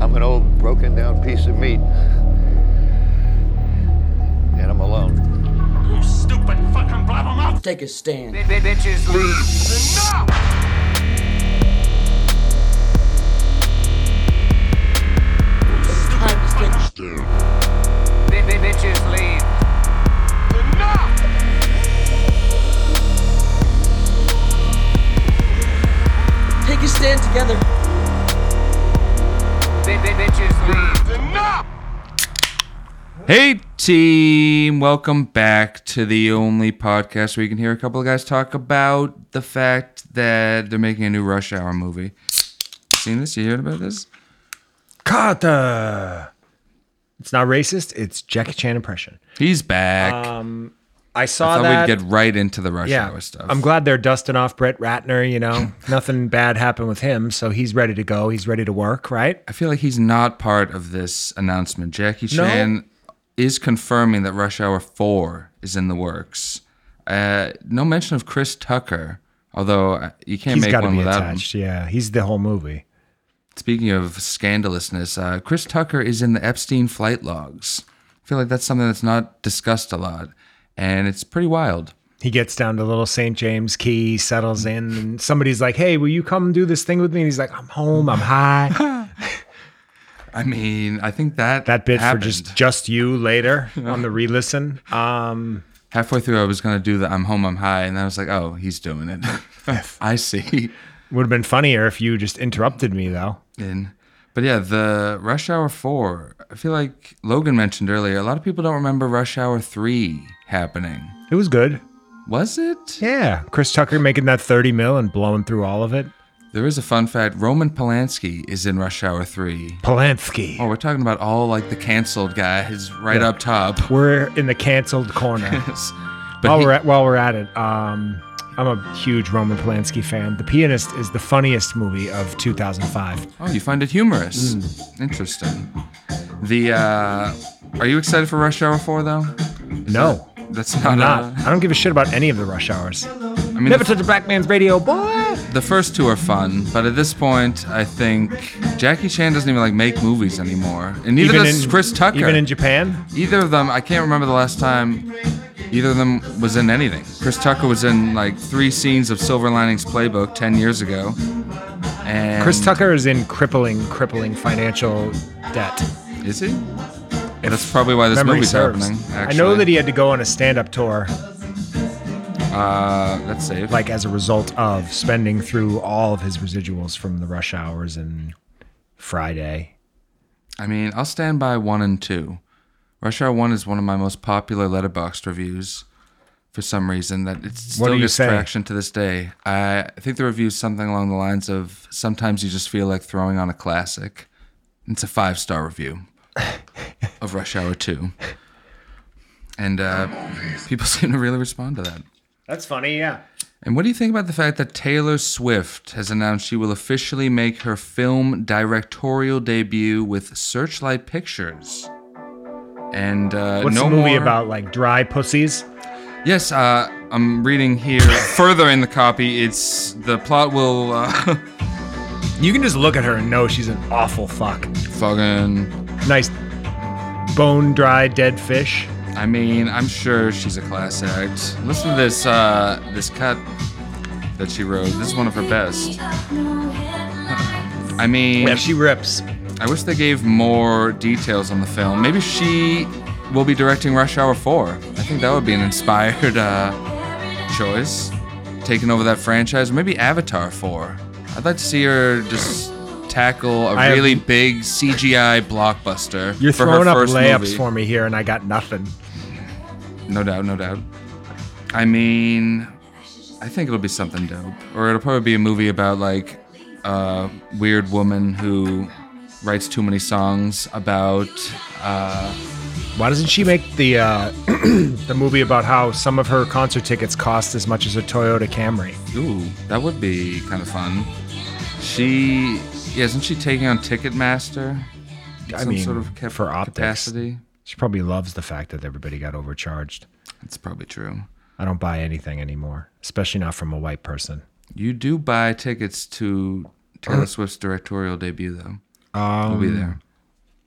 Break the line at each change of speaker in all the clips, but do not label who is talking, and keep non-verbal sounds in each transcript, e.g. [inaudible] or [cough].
I'm an old broken down piece of meat. And I'm alone.
You stupid fucking blabbermouth!
Take a stand.
Enough! Enough!
Take a stand together.
Enough!
Hey, team. Welcome back to the only podcast where you can hear a couple of guys talk about the fact that they're making a new Rush Hour movie. Seen this? You heard about this?
Kata. It's not racist. It's Jackie Chan impression.
He's back.
I
I
saw
thought
Um, that.
we'd get right into the Rush
yeah,
Hour stuff.
I'm glad they're dusting off Brett Ratner. You [laughs] know, nothing bad happened with him, so he's ready to go. He's ready to work, right?
I feel like he's not part of this announcement. Jackie
No.
Chan is confirming that Rush Hour 4 is in the works. Uh, no mention of Chris Tucker, although uh, you can't
He's
make
got to
one
be
without him.
attached. Yeah, he's the whole movie.
Speaking of scandalousness, uh, Chris Tucker is in the Epstein flight logs. I feel like that's something that's not discussed a lot, and it's pretty wild.
He gets down to little St. James Key, settles in, and somebody's like, "Hey, will you come do this thing with me?" And he's like, "I'm home.
[laughs]
I'm high."
I mean, I think that
That bit
happened.
for just just
[laughs]
you later on the re-listen. Um,
halfway through, I was gonna do the "I'm home, I'm high," and I was like, "Oh, he's doing it." [laughs] I see.
would have been funnier if you just interrupted me though.
in. But yeah, the Rush Hour 4, I feel like Logan mentioned earlier, a lot of people don't remember Rush Hour 3 happening.
It was good.
Was it?
Yeah, Chris Tucker making that 30 mil and blowing through all of it.
There is a fun fact Roman Polanski is in Rush Hour 3.
Polanski.
Oh, we're talking about all like the canceled guys right
Yeah.
up top.
We're in the canceled
[laughs]
corner.
but
while
he-
we're at while we're at it, um, I'm a huge Roman Polanski fan. The Pianist is the funniest movie of 2005.
oh, you find it humorous.
Hmm.
Interesting. The uh are you excited for Rush Hour 4 though?
No,
That's not,
I'm not.
a-
I don't give a shit about any of the rush hours.
I mean,
Never
the,
touch a black man's radio, boy.
the first two are fun, but at this point, I think Jackie Chan doesn't even like make movies anymore, and neither does Chris Tucker.
Even in Japan,
either of them, I can't remember the last time either of them was in anything. Chris Tucker was in like three scenes of Silver Linings Playbook ten years ago, and
Chris Tucker is in crippling, crippling financial debt.
is he? That's probably why this
Memory
movie's
serves.
happening.
I
Actually.
know that he had to go on a stand-up tour
Uh, that's safe.
like as a result of spending through all of his residuals from the rush hours and Friday.
I mean, I'll stand by one and two. Rush Hour One is one of my most popular letterboxed reviews. For some reason, that it
What do
still
you
gets
say?
traction to this day. I I think the review's something along the lines of sometimes you just feel like throwing on a classic. It's a five star review of Rush Hour Two, and uh, people [laughs] seem to really respond to that.
That's funny, yeah.
And what do you think about the fact that Taylor Swift has announced she will officially make her film directorial debut with Searchlight Pictures? And uh,
What's
no
the movie
more-
about? Like dry pussies?
Yes, uh, I'm reading here [laughs] further in the copy. It's the plot will uh, [laughs]
You can just look at her and know she's an awful fuck.
fucking.
Nice bone dry dead fish.
I mean, I'm sure she's a class act. Listen to this uh, this cut that she wrote. This is one of her [laughs] best. I mean,
Yeah, she rips.
I wish they gave more details on the film. Maybe she will be directing Rush Hour 4. I think that would be an inspired uh, choice, taking over that franchise. Maybe Avatar 4. I'd like to see her just tackle a
I have-
really big CGI blockbuster.
You're
for
throwing
her
up
first
layups
movie.
for me here, and I got nothing.
No doubt, no doubt. I mean, I think it'll be something dope. Or it'll probably be a movie about like a weird woman who writes too many songs about. Uh,
Why doesn't she make the uh, [clears throat] the movie about how some of her concert tickets cost as much as a Toyota Camry?
ooh, that would be kind of fun. She yeah, isn't she taking on Ticketmaster?
I
Some
mean,
sort of cap-
for optics.
capacity.
She probably loves the fact that everybody got overcharged.
That's probably true.
I don't buy anything anymore, especially not from a white person. [clears throat]
You do buy tickets to Taylor Swift's directorial debut, though.
Um,
We'll be there.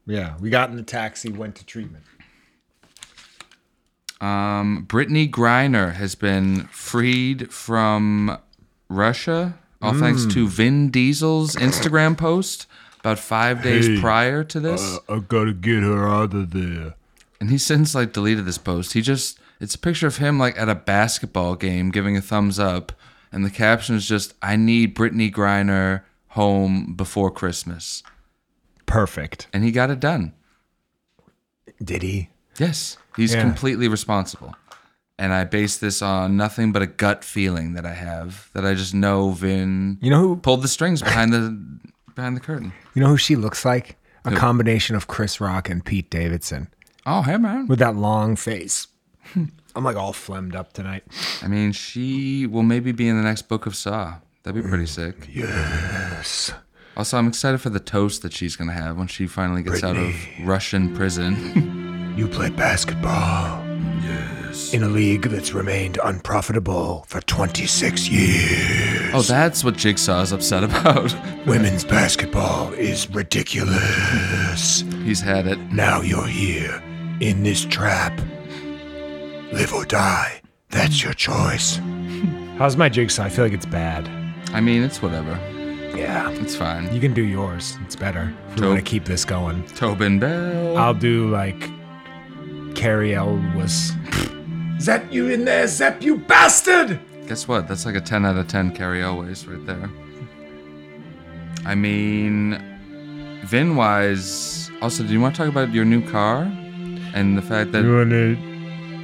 Yeah, we got in the taxi, went to treatment.
Um, Brittany Griner has been freed from Russia, all thanks
Mm.
to Vin Diesel's Instagram post about five days prior to this.
I gotta get her out of there.
and he since like deleted this post. He just it's a picture of him like at a basketball game giving a thumbs up, and the caption is just "I need Brittany Griner home before Christmas,"
Perfect.
and he got it done.
Did he?
Yes, he's
Yeah.
completely responsible. And I base this on nothing but a gut feeling that I have that I just know Vin
You know who?
pulled the strings behind the behind the curtain.
You know who she looks like? A combination of Chris Rock and Pete Davidson
Oh, hey man.
with that long [laughs] face. I'm like all phlegmed up tonight.
I mean, she will maybe be in the next book of Saw. That'd be pretty sick. Yes. Also, I'm excited for the toast that she's gonna have when she finally gets out of Russian prison.
You play basketball. Yes. In a league that's remained unprofitable for 26 years.
oh, that's what Jigsaw is upset about. [laughs]
Women's basketball is ridiculous.
He's had it.
Now you're here in this trap. Live or die. That's your choice. How's my jigsaw? I feel like it's bad.
I mean, it's whatever.
Yeah.
It's fine.
You can do yours. It's better. If we
Dope.
want to keep this going.
Tobin Bell.
I'll do like Carrie [laughs] Elwes. Zep you in there, Zep you bastard!
Guess what? That's like a 10 out of 10 carry always right there. I mean, Vin wise. Also, do you want to talk about your new car and the fact that
wanna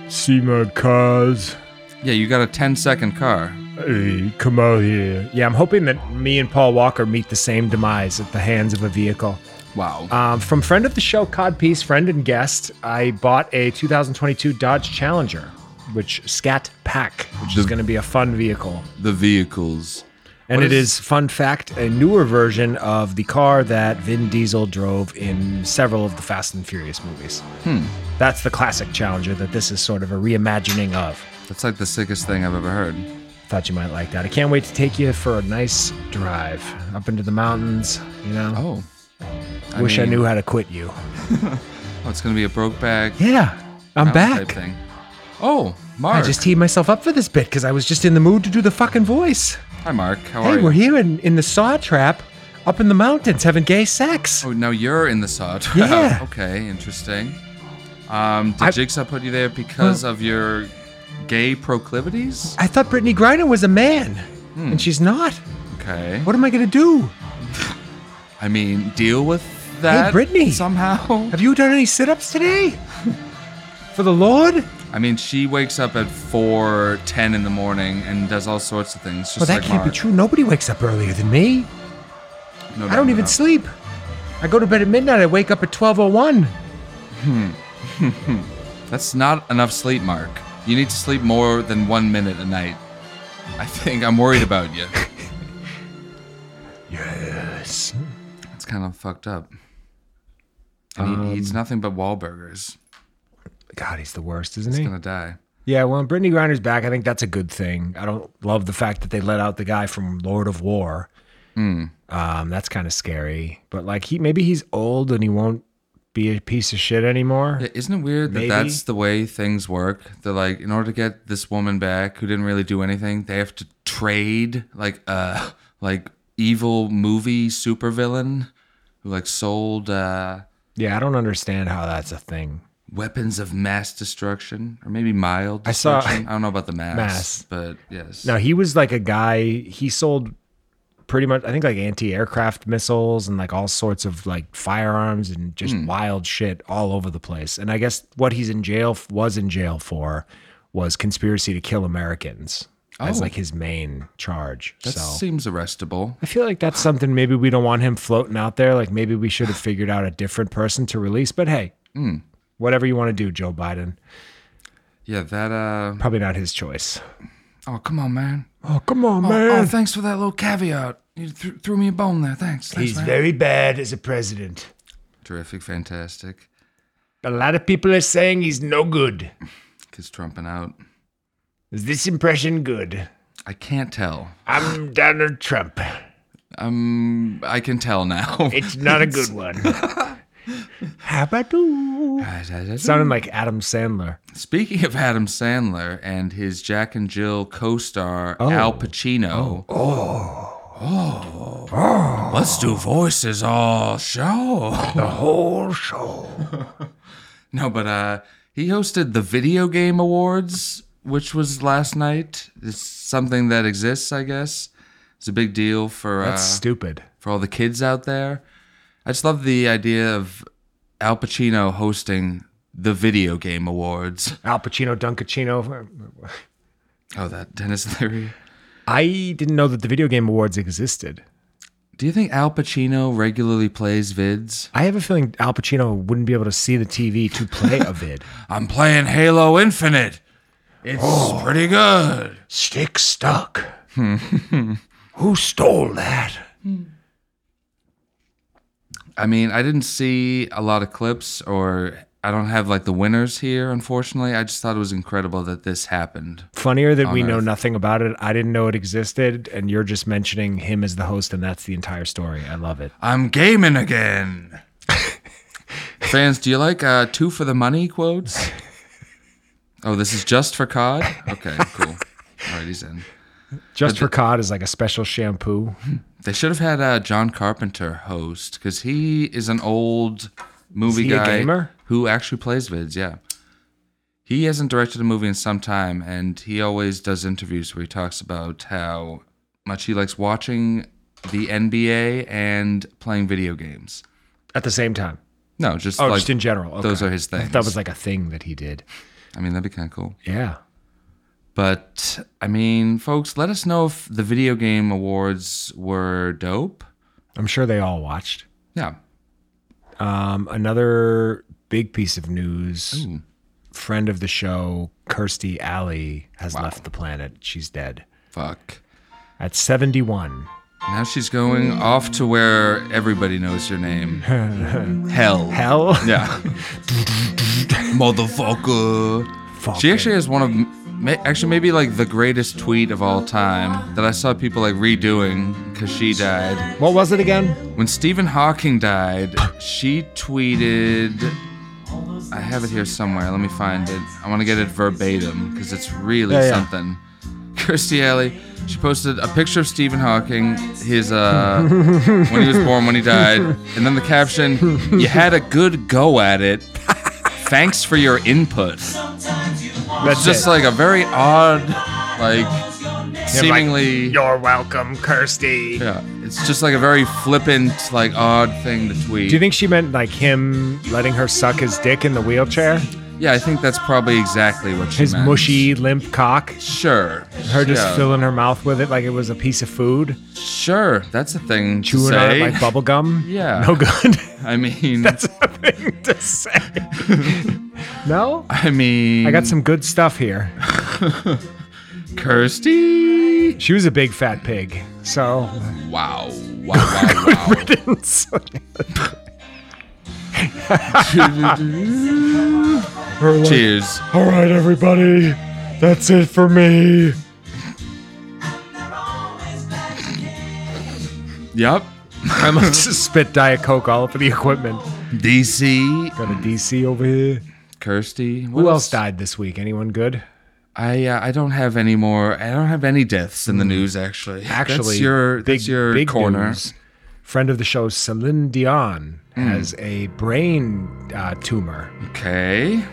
see my cars?
yeah, you got a 10 second car.
Hey, come out here. Yeah, I'm hoping that me and Paul Walker meet the same demise at the hands of a vehicle.
Wow.
Um, from friend of the show, Codpiece, friend and guest, I bought a 2022 Dodge Challenger, which Scat Pack, which is
The-
going to be a fun vehicle.
the vehicles.
And
What
it
is-
is, fun fact, a newer version of the car that Vin Diesel drove in several of the Fast and Furious movies. Hmm. That's the classic Challenger that this is sort of a reimagining of.
That's like the sickest thing I've ever heard.
Thought you might like that. I can't wait to take you for a nice drive up into the mountains. You know,
Oh.
wish I
mean-
knew how to quit you.
Oh, it's gonna be a broke bag.
Yeah, I'm back.
Thing. Oh, Mark.
I just teed myself up for this bit because I was just in the mood to do the fucking voice.
Hi, Mark. How
hey,
are
we're
you?
here in, in the saw trap up in the mountains having gay sex.
Oh, now you're in the sod. [laughs]
Yeah.
okay, interesting. Um, did
I-
Jigsaw put you there because of your gay proclivities?
I thought Brittany Griner was a man,
Hmm.
and she's not.
Okay.
What am I going to do?
I mean, deal with that
Brittany.
somehow.
[laughs] Have you done any sit ups
[laughs]
today? for the Lord?
I mean, she wakes up at four ten in the morning and does all sorts of things. Just
well, that
like
can't
Mark.
be true. Nobody wakes up earlier than me.
No, no,
I don't
no,
even
no.
sleep. I go to bed at midnight. I wake up at 12.01.
That's not enough sleep, Mark. You need to sleep more than one minute a night. I think I'm worried about you.
Yes.
It's kind of fucked up. And he eats nothing but Wahlburgers.
God, he's the worst, isn't he?
He's gonna die.
Yeah, well, Brittany Griner's back. I think that's a good thing. I don't love the fact that they let out the guy from Lord of War. Um, that's kind of scary. But like, he maybe he's old and he won't be a piece of shit anymore.
Yeah, isn't it weird that
Maybe.
that's the way things work? They're like, in order to get this woman back who didn't really do anything, they have to trade like a like evil movie supervillain who like sold uh,
Yeah, I don't understand how that's a thing.
weapons of mass destruction or maybe mild.
I saw-
Destruction. I don't know about the mass,
Mass.
but yes.
No, he was like a guy. He sold pretty much, I think, like anti-aircraft missiles and like all sorts of like firearms and just
Hmm.
wild shit all over the place. And I guess what he's in jail f- was in jail for was conspiracy to kill Americans as
Oh.
like his main charge.
that
so
seems arrestable.
I feel like that's something maybe we don't want him floating out there. Like maybe we should have figured out a different person to release. But hey,
Hmm.
whatever you want to do, Joe Biden,
Yeah, that uh
probably not his choice.
Oh, come on, man.
Oh come on,
Oh, thanks for that little caveat. You th- threw me a bone there. Thanks. thanks
He's
man.
very bad as a president.
terrific, fantastic.
A lot of people are saying he's no good.
Kids trumping out.
Is this impression good?
I can't tell.
I'm Donald Trump.
Um, I can tell now. [laughs]
It's not a good one. Habadoo. Sounding like Adam Sandler.
Speaking of Adam Sandler and his Jack and Jill co-star
Oh.
Al Pacino. Oh. Oh. Let's do voices all show.
The whole show.
[laughs] no, but uh he hosted the Video Game Awards, which was last night. It's something that exists, I guess. It's a big deal for
That's
uh,
stupid.
for all the kids out there. I just love the idea of Al Pacino hosting the Video Game Awards.
Al Pacino, Dunkachino.
Oh, that [laughs] Dennis Leary.
I didn't know that the video game awards existed.
Do you think Al Pacino regularly plays vids?
I have a feeling Al Pacino wouldn't be able to see the TV to play a vid.
I'm playing Halo Infinite. It's pretty good.
Oh. Stick stuck. [laughs] Who stole that?
Hmm. I mean, I didn't see a lot of clips or I don't have like the winners here, unfortunately. I just thought it was incredible that this happened.
Funnier that we know
Earth.
nothing about it. I didn't know it existed, and you're just mentioning him as the host, and that's the entire story. I love it.
I'm gaming [laughs] again. Fans, do you like uh, two for the money
[laughs]
quotes? Oh, this is just for COD? Okay,
[laughs]
cool. All right, he's in.
Just for cod is like a special shampoo.
They should have had uh, John Carpenter host because he is an old movie
he a
guy
gamer?
who actually plays vids. Yeah, he hasn't directed a movie in some time, and he always does interviews where he talks about how much he likes watching the NBA and playing video games.
At the same time.
No, just
Oh,
like
just in general. Okay.
those are his
I thought
things.
That was like a thing that he did.
I mean, that'd be kind of cool.
Yeah.
But I mean, folks, let us know if the video game awards were dope.
I'm sure they all watched.
Yeah,
Um, another big piece of news. Friend of the show, Kirstie Alley, has left the planet. She's dead
fuck.
at 71.
Now she's going off to where everybody knows your
[laughs]
name. Hell.
Hell, [laughs]
Yeah. Motherfucker. She actually has one of, ma- actually maybe like the greatest tweet of all time that I saw people like redoing because she died.
what was it again?
When Stephen Hawking died, she tweeted. I have it here somewhere. Let me find it. I want to get it verbatim because it's really
Yeah, yeah.
something. [laughs] Kirstie Alley. She posted a picture of Stephen Hawking, his
[laughs]
uh, when he was born, when he died, and then the caption: "You had a good go at it. Thanks for your input."
That's
It's just
it.
like a very odd, like seemingly
You're welcome, Kirsty.
yeah. It's just like a very flippant, like odd thing to tweet.
Do you think she meant like him letting her suck his dick in the wheelchair?
Yeah, I think that's probably exactly what she
His
meant.
mushy, limp cock?
Sure.
Her just
yeah.
filling her mouth with it like it was a piece of food?
Sure, that's a thing to
Chewing on it
say. [laughs]
like bubblegum?
Yeah.
No good. [laughs]
I mean,
That's a thing to say. no?
[laughs] I mean,
I got some good stuff here.
Kirsty.
She was a big fat pig. So,
Wow, wow,
[laughs]
wow, wow.
We're like,
Cheers.
all right,
Uh,
everybody, that's it for me.
Yep.
I must spit Diet Coke all over the equipment.
DC.
Got a DC over here.
Kirsty. What
Who else died this week? Anyone good?
I uh, I don't have any more. I don't have any deaths in the news actually.
Mm. Actually,
that's your
big,
that's your
big
corner. Hmm.
news. Friend of the show, Celine Dion, has a brain uh, tumor.
Okay.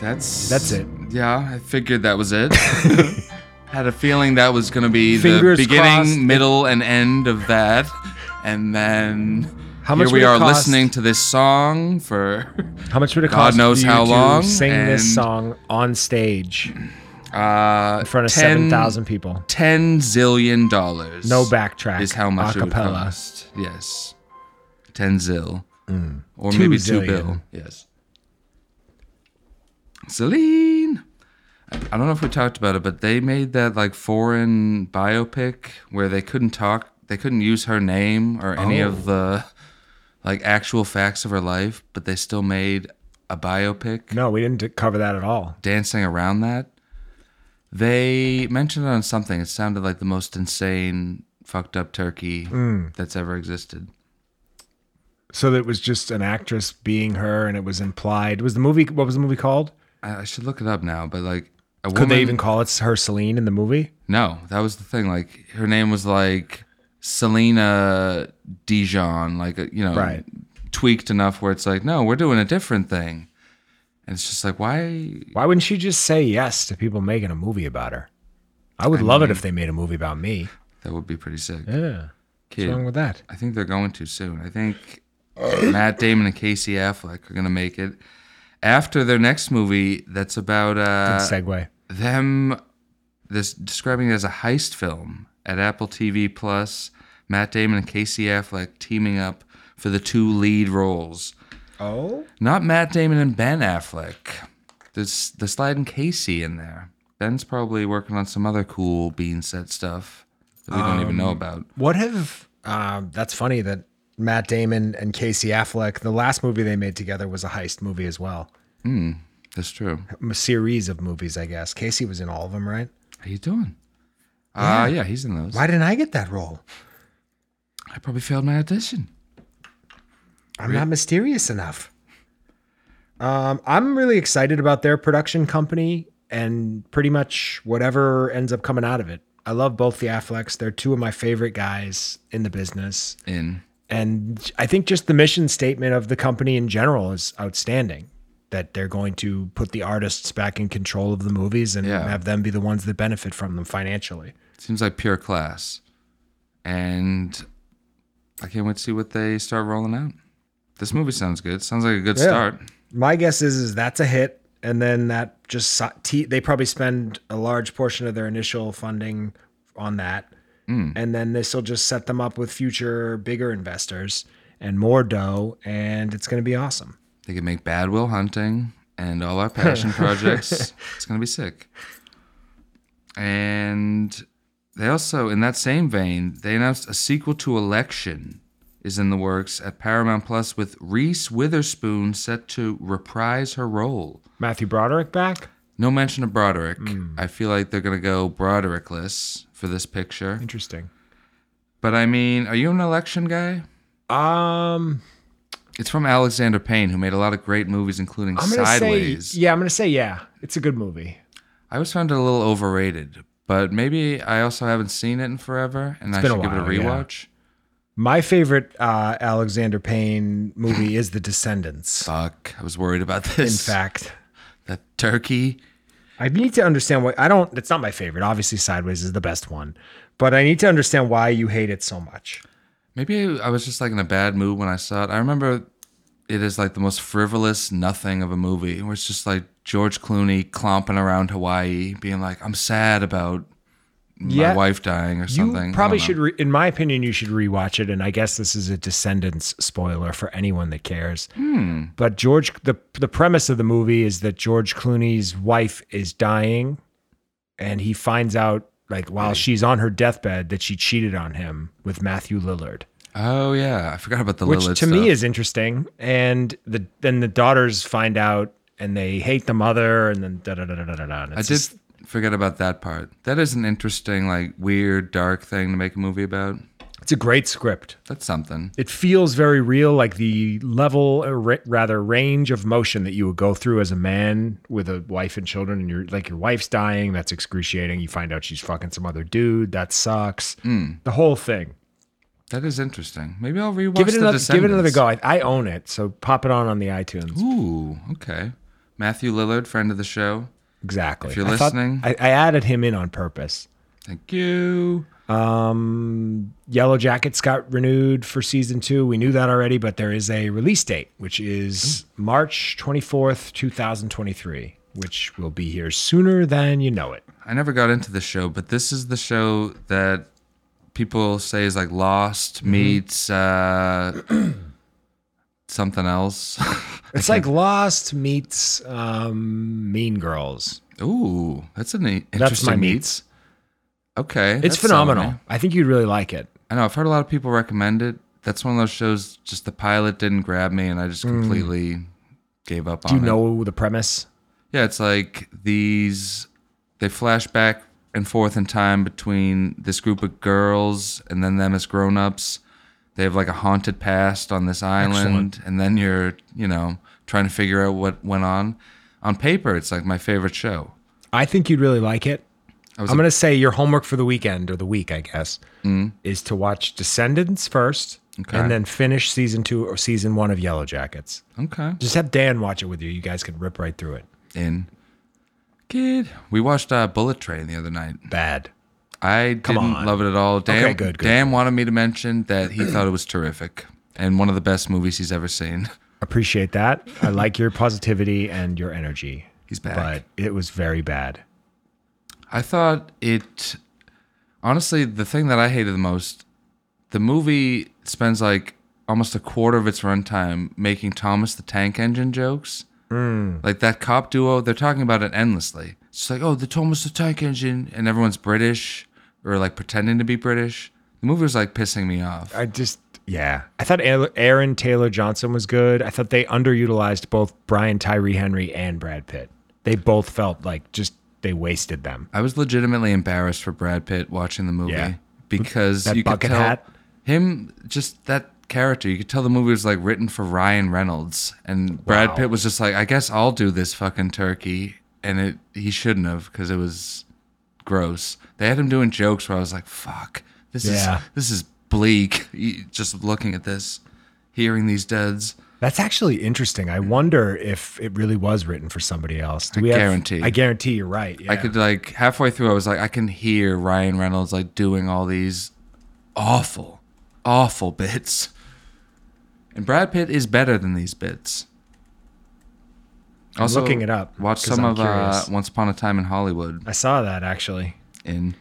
That's
That's it.
Yeah, I figured that was
[laughs]
it. Had a feeling that was going to be
Fingers
the beginning,
crossed.
middle, and end of that, and then
How much
here we
would it
are
cost-
listening to this song for.
How much would it
God
cost
knows
you
how
to
long,
sing this
and-
song on stage
Uh,
in front of 7,000 people?
Ten zillion dollars.
No backtrack.
is how much
a
it would
cappella.
cost. Yes, ten zil, or
Mm. Two
maybe
zillion.
two bill. Yes. Celine, I I don't know if we talked about it, but they made that like foreign biopic where they couldn't talk, they couldn't use her name or any of
Oh.
the like actual facts of her life, but they still made a biopic
No, we didn't cover that at all.
dancing around that. They mentioned it on something. It sounded like the most insane fucked up turkey
Mm.
that's ever existed.
So that it was just an actress being her, and it was implied. Was the movie? What was the movie called?
I, I should look it up now, but like a
Could
woman.
they even call it her Celine in the movie?
No, that was the thing. Like her name was like Selena Dijon, like uh, you know,
Right.
tweaked enough where it's like, no, we're doing a different thing. And it's just like, why?
Why wouldn't she just say yes to people making a movie about her? I would love it if they made a movie about me.
That would be pretty sick.
Yeah.
Kid,
What's wrong with that?
I think they're going to soon. I think Matt Damon and Casey Affleck are gonna make it after their next movie. That's about uh,
Segway.
them this describing it as a heist film at Apple TV Plus. Matt Damon and Casey Affleck teaming up for the two lead roles.
Oh.
Not Matt Damon and Ben Affleck. There's the sliding Casey in there. Ben's probably working on some other cool bean set stuff that we don't even know about.
What have? Um, that's funny that Matt Damon and Casey Affleck. The last movie they made together was a heist movie as well.
That's true.
A series of movies, I guess. Casey was in all of them, right?
How you doing? Ah, yeah, he's in those.
Why didn't I get that role?
I probably failed my audition.
I'm not mysterious enough. Um, I'm really excited about their production company and pretty much whatever ends up coming out of it. I love both the Afflecks. They're two of my favorite guys in the business.
In
And I think just the mission statement of the company in general is outstanding that they're going to put the artists back in control of the movies and
Yeah.
have them be the ones that benefit from them financially.
seems like pure class, and I can't wait to see what they start rolling out. This movie sounds good. Sounds like a good
Yeah.
start.
My guess is is that's a hit, and then that just so- te- they probably spend a large portion of their initial funding on that, and then this will just set them up with future bigger investors and more dough, and it's going to be awesome.
They can make Bad Will Hunting and all our passion
[laughs]
projects. It's gonna be sick. And they also, in that same vein, they announced a sequel to Election is in the works at Paramount Plus with Reese Witherspoon set to reprise her role.
Matthew Broderick back,
No mention of Broderick.
Hmm.
I feel like they're gonna go Broderickless for this picture.
interesting.
But I mean, are you an election guy?
Um,
It's from Alexander Payne, who made a lot of great movies, including
I'm gonna
Sideways.
say yeah. I'm gonna say yeah. It's a good movie.
I always found it a little overrated, but maybe I also haven't seen it in forever, and I
been
should
a
give it a
while, yeah.
rewatch.
My favorite uh, Alexander Payne movie is The Descendants.
Fuck, I was worried about
In
this.
fact.
that turkey.
I need to understand why I don't. It's not my favorite. Obviously, Sideways is the best one, but I need to understand why you hate it so much.
Maybe I was just like in a bad mood when I saw it. I remember it is like the most frivolous nothing of a movie, where it's just like George Clooney clomping around Hawaii, being like, "I'm sad about my
Yeah.
wife dying or
You
something." I
probably
don't know.
should, re, in my opinion, you should rewatch it. And I guess this is a Descendants spoiler for anyone that cares.
Hmm.
But George, the the premise of the movie is that George Clooney's wife is dying, and he finds out like while she's on her deathbed that she cheated on him with Matthew Lillard.
Oh yeah, I forgot about the
which
Lilith
to
stuff.
me is interesting. And the then the daughters find out and they hate the mother, and then da da da da da da. da. And
I
it's
did
just-
forget about that part. That is an interesting, like, weird, dark thing to make a movie about.
It's a great script.
That's something.
It feels very real, like the level, or ra- rather range of motion that you would go through as a man with a wife and children, and you're like your wife's dying. That's excruciating. You find out she's fucking some other dude. That sucks.
Hmm.
The whole thing.
That is interesting. Maybe I'll rewatch.
Give it
The
another. Give it another
Descendants.
go. I, I own it, so pop it on on the iTunes.
Ooh, okay. Matthew Lillard, friend of the show.
Exactly.
If you're
I thought-
listening.
I, I added him in on purpose.
Thank you.
Um, Yellow Jackets got renewed for season two. We knew that already, but there is a release date, which is March 24th, 2023, which will be here sooner than you know it.
I never got into the show, but this is the show that people say is like Lost
Mm-hmm.
meets uh, [clears throat] something else. [laughs]
It's like Lost meets um, Mean Girls.
Ooh, that's an interesting
That's my
meet.
meets.
Okay,
It's
that's
phenomenal.
something.
I think you'd really like it.
I know. I've heard a lot of people recommend it. That's one of those shows. Just the pilot didn't grab me, and I just completely gave up on
Mm. Do you
it.
know the premise?
Yeah, it's like these they flash back and forth in time between this group of girls and then them as grown-ups. They have like a haunted past on this island, and then you're, you know, trying to figure out what went on. On paper, it's like my favorite show.
I think you'd really like it. I'm
was Mm.
going to say your homework for the weekend or the week, I guess, is to watch Descendants first
Okay.
and then finish season two or season one of Yellow Jackets.
Okay.
Just have Dan watch it with you. You guys can rip right through it.
In kid, we watched uh, Bullet Train the other night.
Bad.
I didn't
on.
love it at all. Dan,
Okay, good, good.
Dan wanted me to mention that he thought it was terrific and one of the best movies he's ever seen.
Appreciate that.
[laughs]
I like your positivity and your energy.
He's back.
But it was very bad.
I thought it. Honestly, the thing that I hated the most, the movie spends like almost a quarter of its runtime making Thomas the Tank Engine jokes. Like that cop duo, they're talking about it endlessly. It's just like, oh, the Thomas the Tank Engine, and everyone's British or like pretending to be British. The movie was like pissing me off.
I just, yeah. I thought Aaron Taylor Johnson was good. I thought they underutilized both Brian Tyree Henry and Brad Pitt. They both felt like just they wasted them.
I was legitimately embarrassed for Brad Pitt watching the movie
Yeah.
because
That
you could
bucket
tell
hat.
him just that character. You could tell the movie was like written for Ryan Reynolds, and Brad Pitt was just like, "I guess I'll do this fucking turkey," and it he shouldn't have because it was gross. They had him doing jokes where I was like, "Fuck, this
Yeah.
is this is bleak." You- Just looking at this, hearing these duds.
That's actually interesting. I wonder if it really was written for somebody else. Do we have-
guarantee.
I guarantee you're right. Yeah.
I could like halfway through, I was like, I can hear Ryan Reynolds like doing all these awful, awful bits. And Brad Pitt is better than these bits. Also,
looking it up,
Watch
'cause
some
I'm
of uh,
curious.
Once Upon a Time in Hollywood.
I saw that actually.
In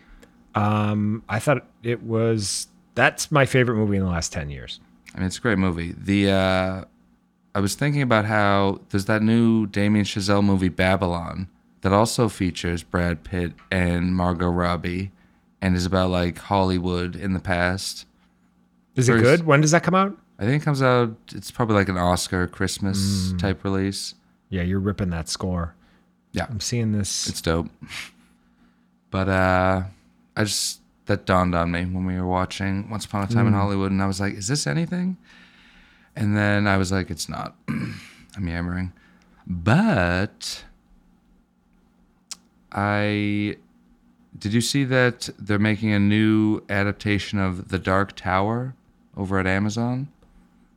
I thought it was that's my favorite movie in the last 10 years.
I mean, it's a great movie. The uh, I was thinking about how there's that new Damien Chazelle movie Babylon that also features Brad Pitt and Margot Robbie, and is about like Hollywood in the past.
Is it
First-
good? When does that come out?
I think it comes out. It's probably like an Oscar Christmas type release.
Yeah, you're ripping that score.
Yeah.
I'm seeing this.
It's dope. But uh, I just that dawned on me when we were watching Once Upon a Time in Hollywood, and I was like, "Is this anything?" And then I was like, "It's not." [clears throat] I'm yammering, but I did you see that they're making a new adaptation of The Dark Tower over at Amazon?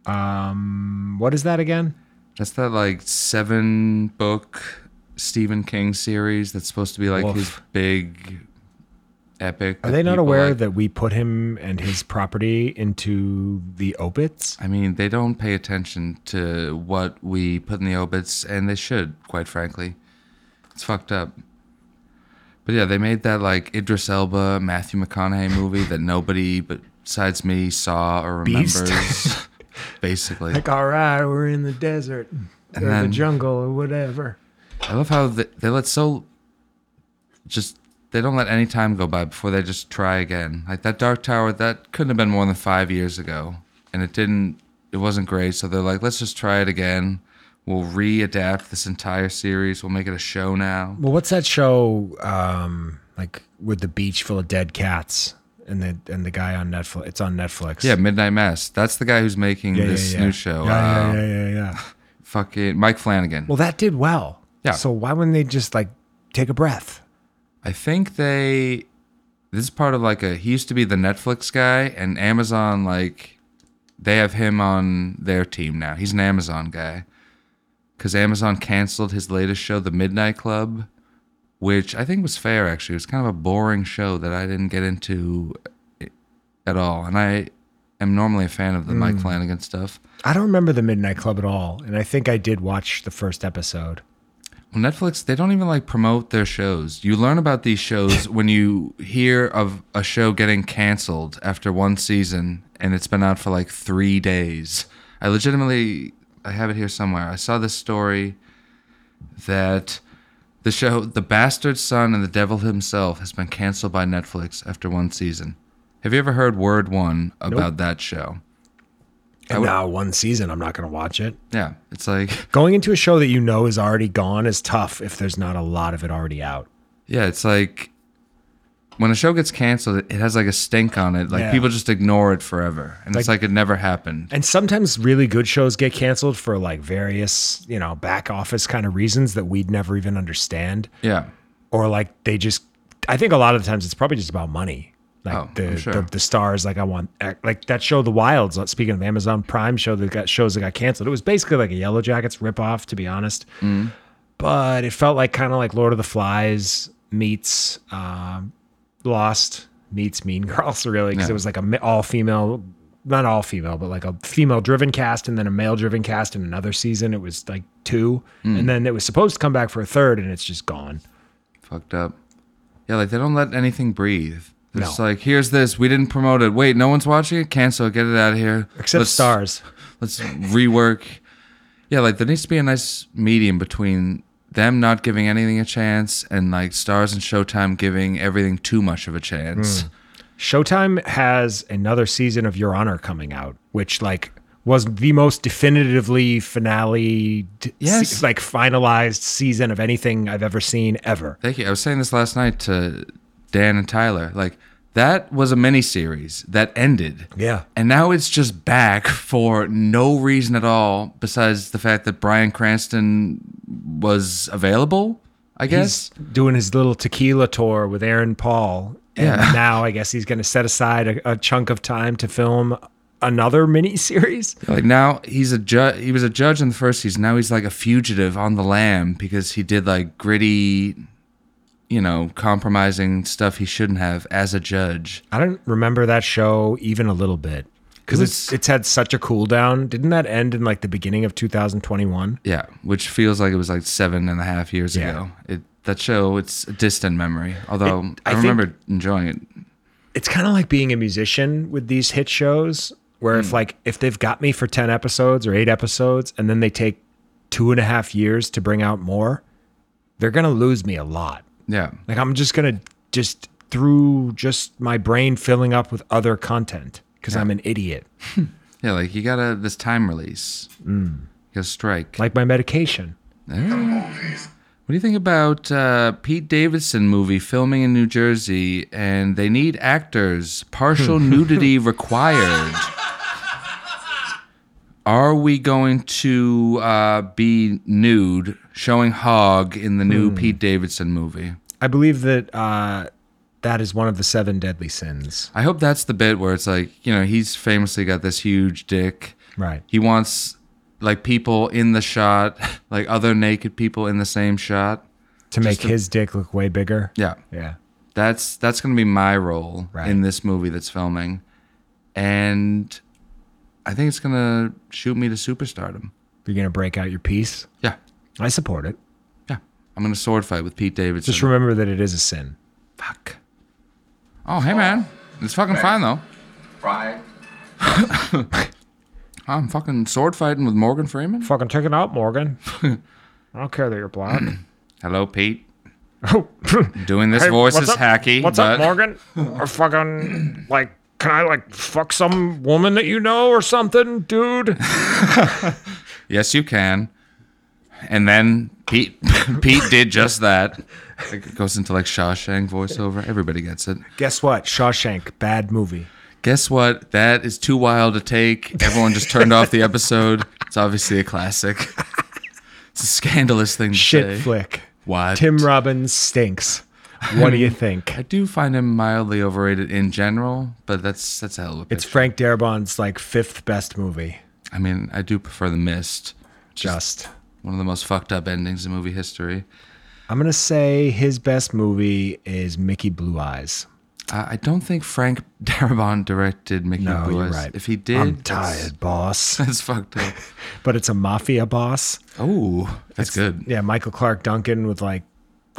what is that again?
That's that like seven book Stephen King series that's supposed to be like
Woof.
his big epic.
Are they not
people
aware
like.
that we put him and his property into the obits?
I mean, they don't pay attention to what we put in the obits, and they should, quite frankly. It's fucked up. But yeah, they made that like Idris Elba, Matthew McConaughey movie that nobody but besides me saw or
Beast.
remembers.
[laughs]
basically.
Like, all right, we're in the desert or the
then-
jungle or whatever.
I love how they, they let so just they don't let any time go by before they just try again. Like that Dark Tower, that couldn't have been more than five years ago, and it didn't. It wasn't great, so they're like, let's just try it again. We'll readapt this entire series. We'll make it a show now.
Well, what's that show? Um, like with the beach full of dead cats and the and the guy on Netflix. It's on Netflix.
Yeah, Midnight Mass. That's the guy who's making this new show.
Yeah,
uh,
yeah, yeah, yeah, yeah.
Fucking Mike Flanagan.
Well, that did well.
Yeah.
So why wouldn't they just like take a breath?
I think they this is part of like a he used to be the Netflix guy and Amazon like they have him on their team now. He's an Amazon guy. Cuz Amazon canceled his latest show The Midnight Club, which I think was fair actually. It was kind of a boring show that I didn't get into eh, at all. And I am normally a fan of the Mike Flanagan stuff.
I don't remember the Midnight Club at all, and I think I did watch the first episode.
Well, Netflix, they don't even like promote their shows. You learn about these shows when you hear of a show getting canceled after one season and it's been out for like three days. I legitimately, I have it here somewhere. I saw this story that the show The Bastard Son and the Devil Himself has been canceled by Netflix after one season. Have you ever heard word one about that show?
And now one season, I'm not going to watch it.
Yeah, it's like.
Going into a show that you know is already gone is tough if there's not a lot of it already out.
Yeah, it's like when a show gets canceled, it it has like a stink on it. Like
Yeah.
people just ignore it forever, and it's
Like-
like it never happened.
And sometimes really good shows get canceled for like various, you know, back office kind of reasons that we'd never even understand.
Yeah,
Or like they just, I think a lot of the times it's probably just about money. Like
Oh, I'm
the,
sure.
the the stars, like I want, like that show, The Wilds. uh, Speaking of Amazon Prime show that got shows that got canceled, it was basically like a Yellow Jackets ripoff, to be honest.
Mm.
But it felt like kind of like Lord of the Flies meets um, Lost meets Mean Girls, [laughs] really, because
Yeah.
it was like a all female, not all female, but like a female driven cast and then a male driven cast in another season. It was like two,
Mm.
and then it was supposed to come back for a third, and it's just gone.
fucked up. Yeah, like they don't let anything breathe. It's just
No.
like here's this. We didn't promote it. Wait, no one's watching it. Cancel. it. Get it out of here.
Except
Let's-
stars.
Let's rework. Yeah, like there needs to be a nice medium between them not giving anything a chance and like stars and Showtime giving everything too much of a chance.
Hmm. Showtime has another season of Your Honor coming out, which like was the most definitively finale,
Yes.
like finalized season of anything I've ever seen ever.
Thank you. I was saying this last night to Dan and Tyler. Like that was a mini series that ended.
Yeah.
And now it's just back for no reason at all besides the fact that Brian Cranston was available, I guess.
He's doing his little tequila tour with Aaron Paul. And
Yeah. [laughs]
now I guess he's going to set aside a, a chunk of time to film another miniseries.
like now he's a judge he was a judge in the first season. Now he's like a fugitive on the lam because he did like gritty you know, compromising stuff he shouldn't have as a judge.
I don't remember that show even a little bit because
It
it's
was-
it's had such a cool down. Didn't that end in like the beginning of 2021?
Yeah, which feels like it was like seven and a half years
Yeah.
ago. It that show, it's a distant memory. Although
It-
I,
I think-
remember enjoying it.
It's kind of like being a musician with these hit shows where if like if they've got me for 10 episodes or eight episodes and then they take two and a half years to bring out more, they're going to lose me a lot.
Yeah,
Like I'm just gonna just through just my brain filling up with other content because I'm an idiot.
yeah. Like you got to this time release. Mm. You got strike.
Like my medication.
what do you think about uh, Pete Davidson movie filming in New Jersey and they need actors?
[laughs]
Partial nudity required. Are we going to uh, be nude showing hog in the
Hmm.
new Pete Davidson movie?
I believe that uh, that is one of the seven deadly sins.
I hope that's the bit where it's like, you know, he's famously got this huge dick.
Right.
He wants like people in the shot, [laughs] like other naked people in the same shot.
To make
to-
his dick look way bigger.
Yeah.
Yeah.
That's that's going to be my role
Right.
in this movie that's filming. And I think it's going to shoot me to superstardom.
You're gonna break out your piece.
Yeah.
I support it.
Yeah. I'm going to sword fight with Pete Davidson.
Just remember that it is a sin.
Fuck. Oh, hey man. It's fucking fine though.
Fried.
[laughs] I'm fucking sword fighting with Morgan Freeman.
Fucking take it
[laughs]
out, Morgan. I don't care that
[clears throat]
you're
[laughs]
black.
Hello, Pete.
oh,
Doing this
Hey,
voice
what's
is
up?
hacky.
What's
but
up, Morgan? or fucking like, can I like fuck some woman that you know or something, dude?
Yes, you can. And then Pete [laughs] Pete did just that. Like, It goes into like Shawshank voiceover. Everybody gets it.
guess what? Shawshank, bad movie.
Guess what? That is too wild to take. Everyone just turned off the episode. It's obviously a classic. It's a scandalous thing to
Shit
say.
flick.
What?
Tim Robbins stinks.
[laughs]
What do you think?
I do find him mildly overrated in general, but that's that's a hell of a
It's
picture.
Frank Darabont's like fifth best movie.
I mean, I do prefer The Mist.
Just.
One of the most fucked up endings in movie history.
I'm going to say his best movie is Mickey Blue Eyes.
I I don't think Frank [laughs] Darabont directed Mickey
No,
Blue
you're
Eyes.
right.
If he did,
I'm
that's-
tired, boss. [laughs]
That's [laughs] fucked up.
but it's a mafia boss.
Oh, that's good.
Yeah, Michael Clark Duncan with like,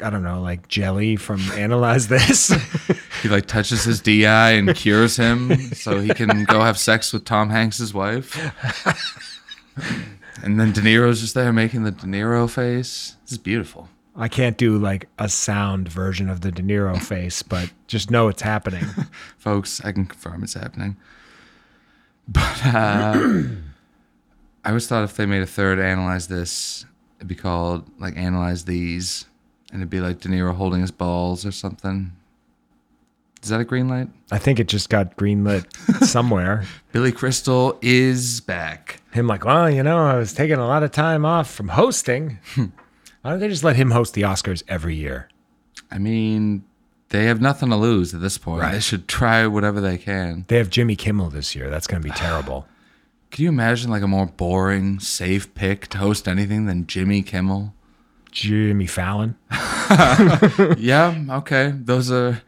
I don't know, like jelly
[laughs]
from Analyze This. [laughs]
He like touches his DI and cures him so he can go have sex with Tom Hanks's
[laughs]
wife. And then De Niro's just there making the De Niro face. This is beautiful.
I can't do like a sound version of the De Niro face, but just know it's happening.
Folks, I can confirm it's happening. But uh, [clears throat] I always thought if they made a third Analyze This, it'd be called like Analyze These. And it'd be like De Niro holding his balls or something. Is that a green light?
I think it just
[laughs]
got greenlit somewhere.
Billy Crystal is back.
Him like, well, you know, I was taking a lot of time off from hosting.
Hmm.
Why don't they just let him host the Oscars every year?
I mean, they have nothing to lose at this point. They should try whatever they can.
They have Jimmy Kimmel this year. That's going to be
[sighs]
terrible.
Could you imagine like a more boring, safe pick to host anything than Jimmy Kimmel?
Jimmy Fallon.
yeah, okay. Those are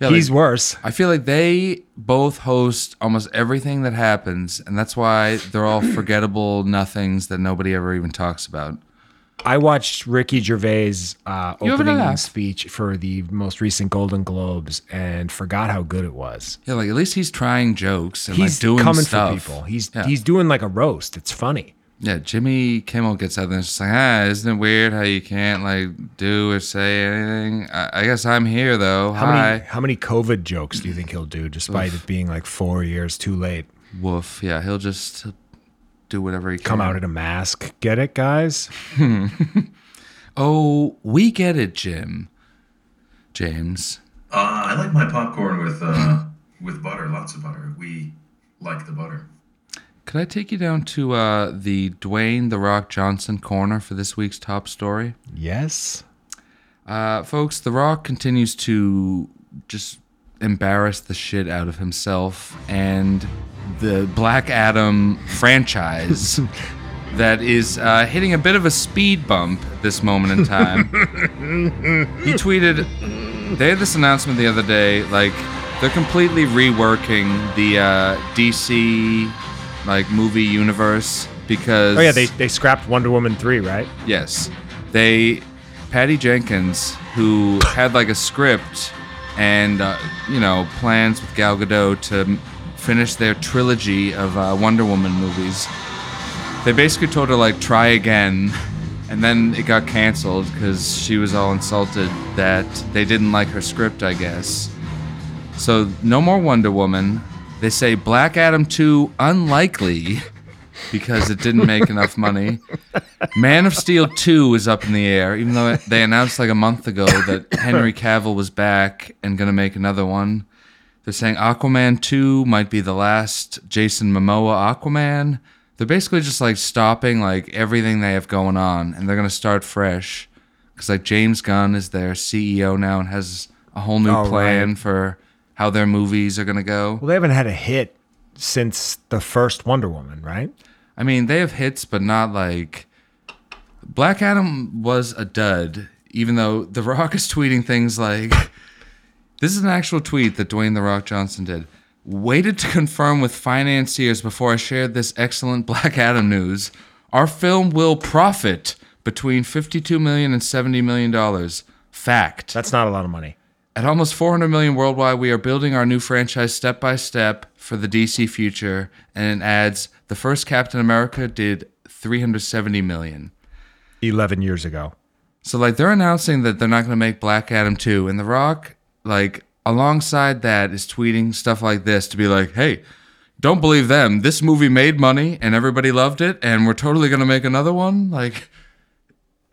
yeah,
He's
like-
worse.
I feel like they both host almost everything that happens, and that's why they're
[clears throat]
all forgettable nothings that nobody ever even talks about.
I watched Ricky Gervais' uh,
You have an
opening
ass.
speech for the most recent Golden Globes and forgot how good it was.
Yeah, like at least he's trying jokes and
He's
like doing
coming
stuff.
for people. He's
yeah.
he's doing like a roast. It's funny.
yeah. Jimmy Kimmel gets out there and it's just like, ah, isn't it weird how you can't like do or say anything? I, I guess I'm here though.
How
Hi.
many how many COVID jokes do you think he'll do, despite it being like four years too late?
Woof. Yeah, he'll just do whatever he can.
Come out in a mask. Get it, guys?
Oh, we get it, Jim. James.
Uh, I like my popcorn with uh, with butter, lots of butter. We like the butter.
Could I take you down to uh, the Dwayne The Rock Johnson corner for this week's top story?
Yes.
Uh, folks, The Rock continues to just embarrass the shit out of himself and the Black Adam
[laughs]
franchise that is uh, hitting a bit of a speed bump at this moment in time.
[laughs]
he tweeted, they had this announcement the other day, like, they're completely reworking the uh, DC like movie universe because
Oh yeah, they they scrapped Wonder Woman three, right?
Yes. They, Patty Jenkins, who had like a script and, uh, you know, plans with Gal Gadot to m- finish their trilogy of uh, Wonder Woman movies, they basically told her, like, try again. And then it got canceled because she was all insulted that they didn't like her script, I guess. So, no more Wonder Woman. They say Black Adam 2 unlikely because it didn't make enough money. Man of Steel 2 is up in the air, even though they announced like a month ago that Henry Cavill was back and going to make another one. They're saying Aquaman 2 might be the last Jason Momoa Aquaman. They're basically just like stopping like everything they have going on and they're going to start fresh cuz like James Gunn is their CEO now and has a whole new
Oh,
plan for how their movies are going to
Well,
go.
they haven't had a hit since the first Wonder Woman, right?
I mean, they have hits but not like Black Adam was a dud, even though The Rock is tweeting things like this is an actual tweet that Dwayne The Rock Johnson did. Waited to confirm with financiers before I shared this excellent Black Adam news. Our film will profit between 52 million and 70 million dollars. Fact.
That's not a lot of money.
At almost 400 million worldwide, we are building our new franchise step by step for the DC future. And it adds the first Captain America did 370 million.
Eleven years ago.
So like they're announcing that they're not going to make Black Adam 2 and The Rock like alongside that is tweeting stuff like this to be like, "Hey, don't believe them. This movie made money and everybody loved it and we're totally going to make another one." Like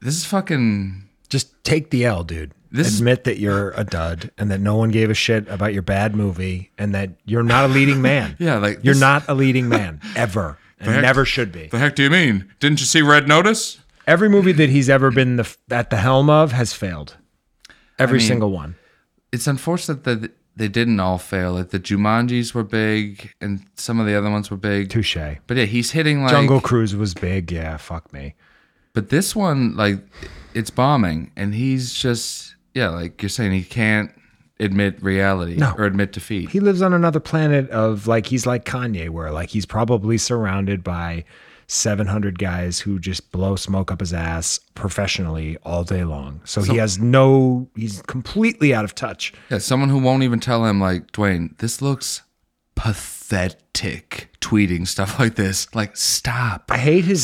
this is fucking
Just take the L, dude.
This-
Admit that you're a dud and that no one gave a shit about your bad movie and that you're not a leading man.
[laughs] Yeah, like
you're
this-
not a leading man
[laughs]
ever and
heck-
never should be.
The heck do you mean? Didn't you see Red Notice?
Every movie that he's ever been the, at the helm of has failed. Every single one.
it's unfortunate that they didn't all fail. Like the Jumanjis were big, and some of the other ones were big.
Touche.
But yeah, he's hitting like
Jungle Cruise was big. Yeah, fuck me.
But this one, like, it's bombing, and he's just yeah, like you're saying, he can't admit reality
No.
or admit defeat.
he lives on another planet of like he's like Kanye, where like he's probably surrounded by 700 guys who just blow smoke up his ass professionally all day long. So, he has no, he's completely out of touch.
yeah, someone who won't even tell him, like Dwayne, this looks pathetic. Tweeting stuff like this, like stop.
I hate his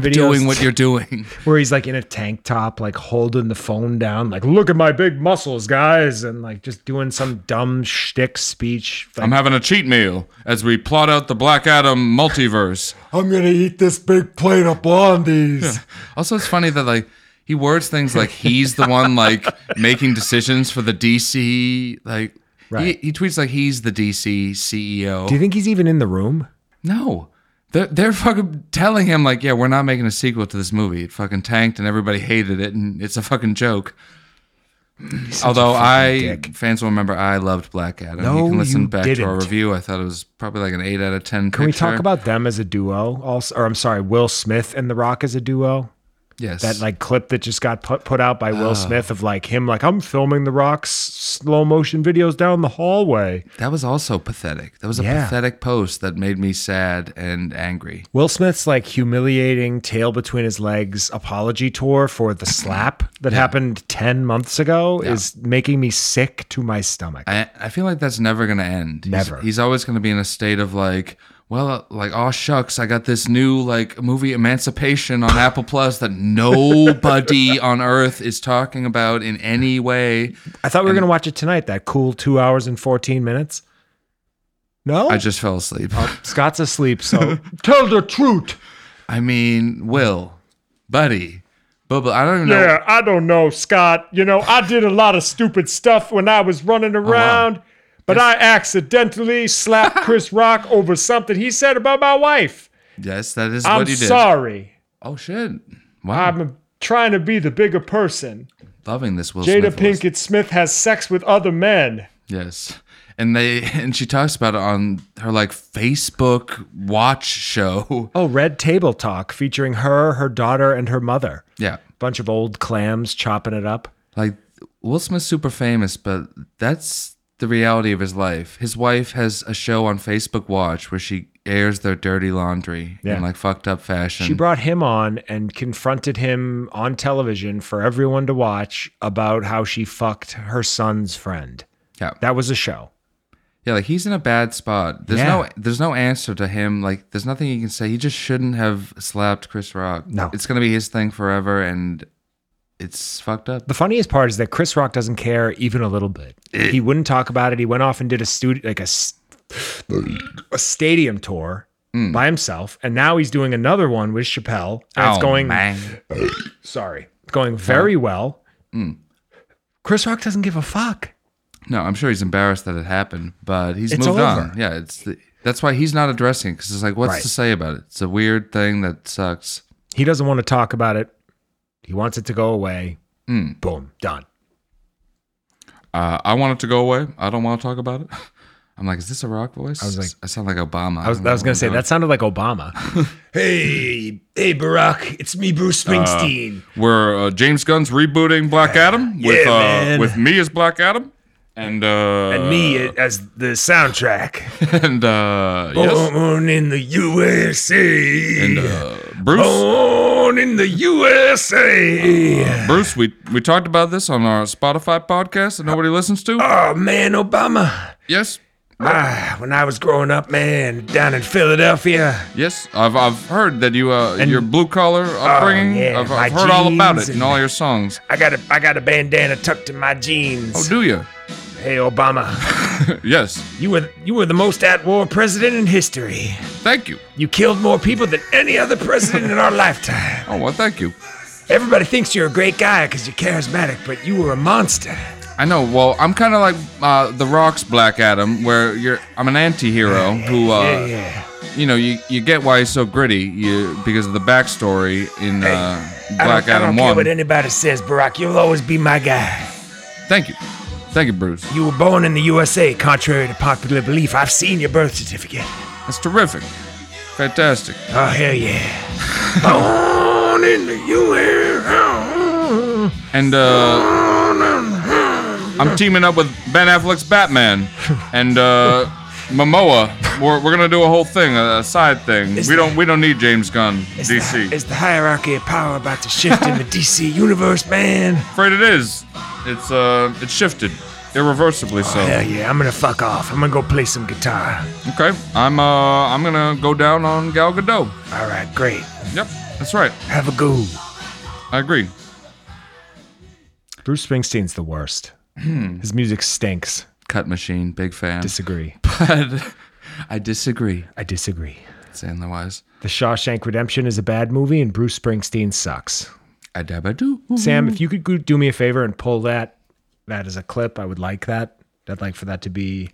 Stop
videos
doing what you're
[laughs]
doing.
where he's like in a tank top, like holding the phone down, like look at my big muscles, guys, and like just doing some dumb shtick speech. Like,
I'm having a cheat meal as we plot out the Black Adam multiverse.
I'm gonna eat this big plate of blondies.
Also, it's funny that like he
[laughs]
words things like he's the one like making decisions for the DC. Like
Right.
He, he tweets like he's the DC CEO.
Do you think he's even in the room?
E No. They're, they're fucking telling him, like, yeah, we're not making a sequel to this movie. It fucking tanked and everybody hated it and it's a fucking joke. Although I,
dick.
fans will remember, I loved Black Adam.
No,
you can listen
you
back to our
didn't.
review. I thought it was probably like an 8 out of 10.
Can we talk about them as a duo? Also, or I'm sorry, Will Smith and The Rock as a duo.
yes.
That like clip that just got put put out by Will Smith of like him like I'm filming The Rock's slow motion videos down the hallway.
That was also pathetic. That was a
Yeah.
pathetic post that made me sad and angry.
Will Smith's like humiliating tail between his legs apology tour for the slap that happened 10 months ago is making me sick to my stomach.
I, I feel like that's never going to end. He's-
Never.
He's, always going to be in a state of like, well, like, oh shucks, I got this new like movie Emancipation on Apple Plus that nobody on earth is talking about in any way.
I thought we were going to watch it tonight, that cool two hours and 14 minutes. No?
I just fell asleep.
Scott's asleep, [laughs] so tell the truth.
I mean, Will, buddy, Bubba, I don't even know.
Yeah, I don't know, Scott. You know, I did a lot of stupid stuff when I was
Oh,
running around, but I accidentally
[laughs]
slapped Chris Rock over something he said about my wife.
Yes, that is
I'm
what he did.
sorry.
Oh shit! Wow,
I'm trying to be the bigger person.
loving this Will
Jada
Smith voice.
Pinkett Smith has sex with other men.
Yes. And they [laughs] and she talks about it on her like Facebook watch show. [laughs]
Oh, Red Table Talk featuring her, her daughter, and her mother.
Yeah.
Bunch of old clams chopping it up.
Like Will Smith's super famous, but that's the reality of his life. His wife has a show on Facebook Watch where she airs their dirty laundry
Yeah.
in like fucked up fashion.
She
Hmm.
brought him on and confronted him on television for everyone to watch about how she fucked her son's friend.
yeah.
That was a show.
yeah, like he's in a bad spot. There's no
Yeah.
there's no answer to him. Like there's nothing you can say. He just shouldn't have slapped Chris Rock.
No.
It's gonna be his thing forever and it's fucked up.
The funniest part is that Chris Rock doesn't care even a little bit. he wouldn't talk about it. He went off and did a studio like a, s- a stadium tour by himself, and now he's doing another one with Chappelle. And it's
Oh,
going
man.
sorry, it's going very well. Mm. Chris Rock doesn't give a fuck.
No, I'm sure he's embarrassed that it happened, but he's
It's
moved on.
over.
Yeah, it's the, that's why he's not addressing because it's like, what's
Right.
to say about it? It's a weird thing that sucks.
He doesn't want to talk about it. He wants it to go away. Boom, done.
Uh, I want it to go away. I don't want to talk about it. [laughs] I'm like, is this a rock voice? I
was like-
I sound like Obama.
I was, I was going to say that sounded like Obama. Mm, [laughs] hey, hey, Barack, it's me, Bruce Springsteen.
Where uh, James Gunn's rebooting Black Adam with uh,
man.
with me as Black Adam and uh,
as the soundtrack.
[laughs] and uh, [laughs]
[laughs]
yes,
Born in the USA.
and uh, Bruce.
Born in the
Uh,
USA.
Bruce, we we talked about this on our Spotify podcast that nobody listens to.
oh man, Obama.
Yes,
Ah, when I was growing up, man, down in Philadelphia.
Yes, I've, I've heard that you uh, your blue collar upbringing.
Ah, yeah,
I've, I've
my
heard all about
jeans
it in
and-
all your songs.
I got a I got a bandana tucked in my jeans.
Oh, do you?
hey Obama,
[laughs] Yes,
you were you were the most at-war president in history.
thank you.
You killed more people than any other
[laughs]
president in our lifetime.
Oh well, thank you.
Everybody thinks you're a great guy because you're charismatic, but you were a monster.
I know. Well, I'm kind of like uh, the Rock's Black Adam, where you're I'm an
[laughs]
anti-hero who, uh, you know, you, you get why he's so gritty you, because of the backstory in uh, Black
I don't, I
Adam
don't care
One.
what anybody says, Barack. You'll always be my guy.
Thank you, thank you, Bruce.
You were born in the USA, contrary to popular belief. I've seen your birth certificate.
That's terrific, fantastic.
Oh hell
[laughs]
yeah! born in the USA.
And uh, I'm teaming up with Ben Affleck's Batman and uh, Momoa. We're, we're gonna do a whole thing, a, a side thing.
Is
we don't
that-
we don't need James Gunn,
Is
DC.
The, is the hierarchy of power about to shift
[laughs]
in the DC universe, man?
Afraid it is. It's uh it's shifted irreversibly. So
Hell yeah! I'm gonna fuck off. I'm gonna go play some guitar.
okay, I'm uh I'm gonna go down on Gal Gadot.
All right, great.
Yep, that's right.
Have a go.
I agree.
Bruce Springsteen's the worst. His music stinks.
Cut machine, big fan.
Disagree.
[laughs] but I disagree.
I disagree.
Sandler wise.
The Shawshank Redemption is a bad movie, and Bruce Springsteen sucks.
I dabba do.
Mhm. Sam, if you could go- do me a favor and pull that, that is a clip. I would like that. That like for that to be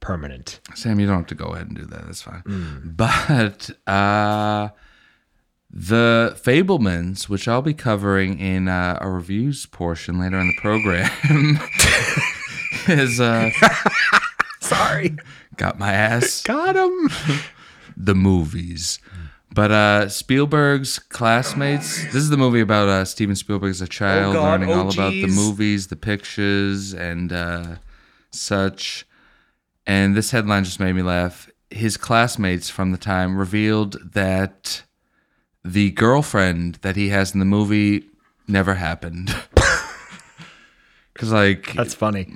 permanent.
Sam, you don't have to go ahead and do that. That's fine. But uh, the Fablemans, which I'll be covering in uh, a reviews portion later in the program, [laughs] is uh,
Sorry,
got my ass
[laughs] got him.
the movies. But uh, Spielberg's classmates. This is the movie about uh, Steven Spielberg as a child,
God.
learning
Oh,
all about the
geez.
movies, the pictures, and uh, such. And this headline just made me laugh. His classmates from the time revealed that the girlfriend that he has in the movie never happened. [laughs] Because like
That's funny.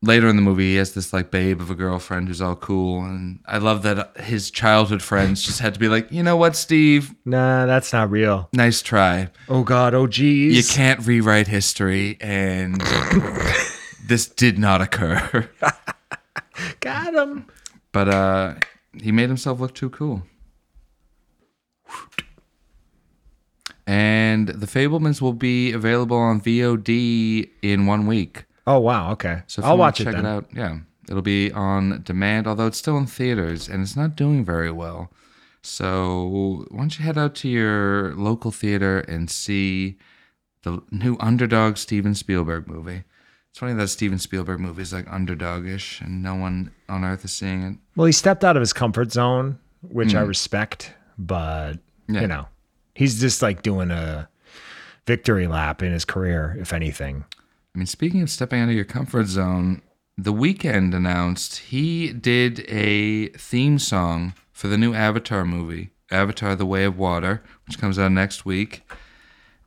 later in the movie he has this like babe of a girlfriend who's all cool and i love that his childhood friends just had to be like you know what steve
Nah, that's not real.
nice try
Oh God. Oh geez.
you can't rewrite history and this did not occur
Got him.
but uh he made himself look too cool and the fablemans will be available on vod in one week
Oh wow. Okay.
So if
I'll
you wanna
watch it
check
then.
it out. Yeah, it'll be on demand, although it's still in theaters and it's not doing very well. So why don't you head out to your local theater and see the new underdog Steven Spielberg movie? It's funny that Steven Spielberg movie is like underdogish, and no one on earth is seeing it.
Well, he stepped out of his comfort zone, which I respect, but
Mm. Yeah.
you know, he's just like doing a victory lap in his career, if anything.
I mean, speaking of stepping out of your comfort zone, The Weeknd announced he did a theme song for the new Avatar movie, Avatar The Way of Water, which comes out next week.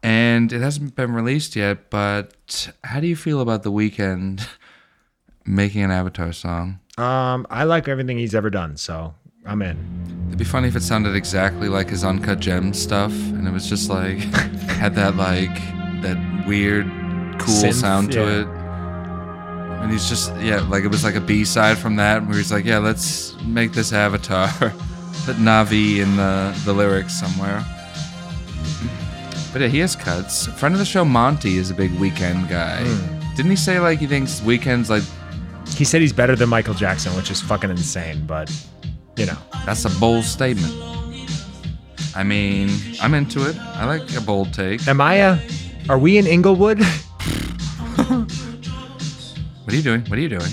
And it hasn't been released yet, but how do you feel about The Weeknd [laughs] making an Avatar song?
Um, I like everything he's ever done, so I'm in.
It'd be funny if it sounded exactly like his Uncut Gems stuff, and it was just like, [laughs] had that like, that weird, cool
Synth,
sound to
yeah.
it. And he's just, yeah, like it was like a B side from that, where he's like, yeah, let's make this Avatar. [laughs] Put Navi in the, the lyrics somewhere. But yeah, he has cuts. Friend of the show, Monty, is a big weekend guy.
Hmm.
Didn't he say like he thinks weekends, like,
He said he's better than Michael Jackson, which is fucking insane, but you know,
That's a bold statement. I mean, I'm into it. I like a bold take.
am I? Uh, are we in Inglewood? [laughs]
What are you doing? What are you doing?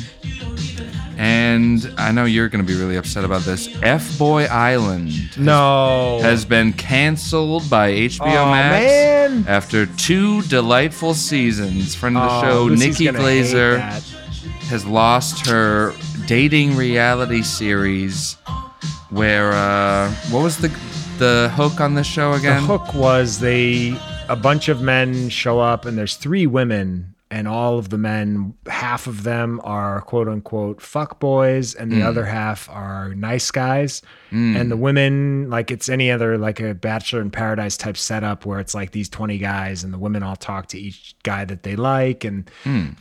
And I know you're going to be really upset about this. F Boy Island
No.
has been canceled by HBO
Aw,
Max
man.
after two delightful seasons. Friend of the
Oh,
show,
Lucy's
Nikki
gonna hate
Glazer.
that.
has lost her dating reality series where uh what was the the hook on this show
The
again
hook was they a bunch of men show up and there's three women and all of the men half of them are quote unquote fuck boys and the other half are nice guys and the women like it's any other like a bachelor in paradise type setup where it's like these 20 guys and the women all talk to each guy that they like and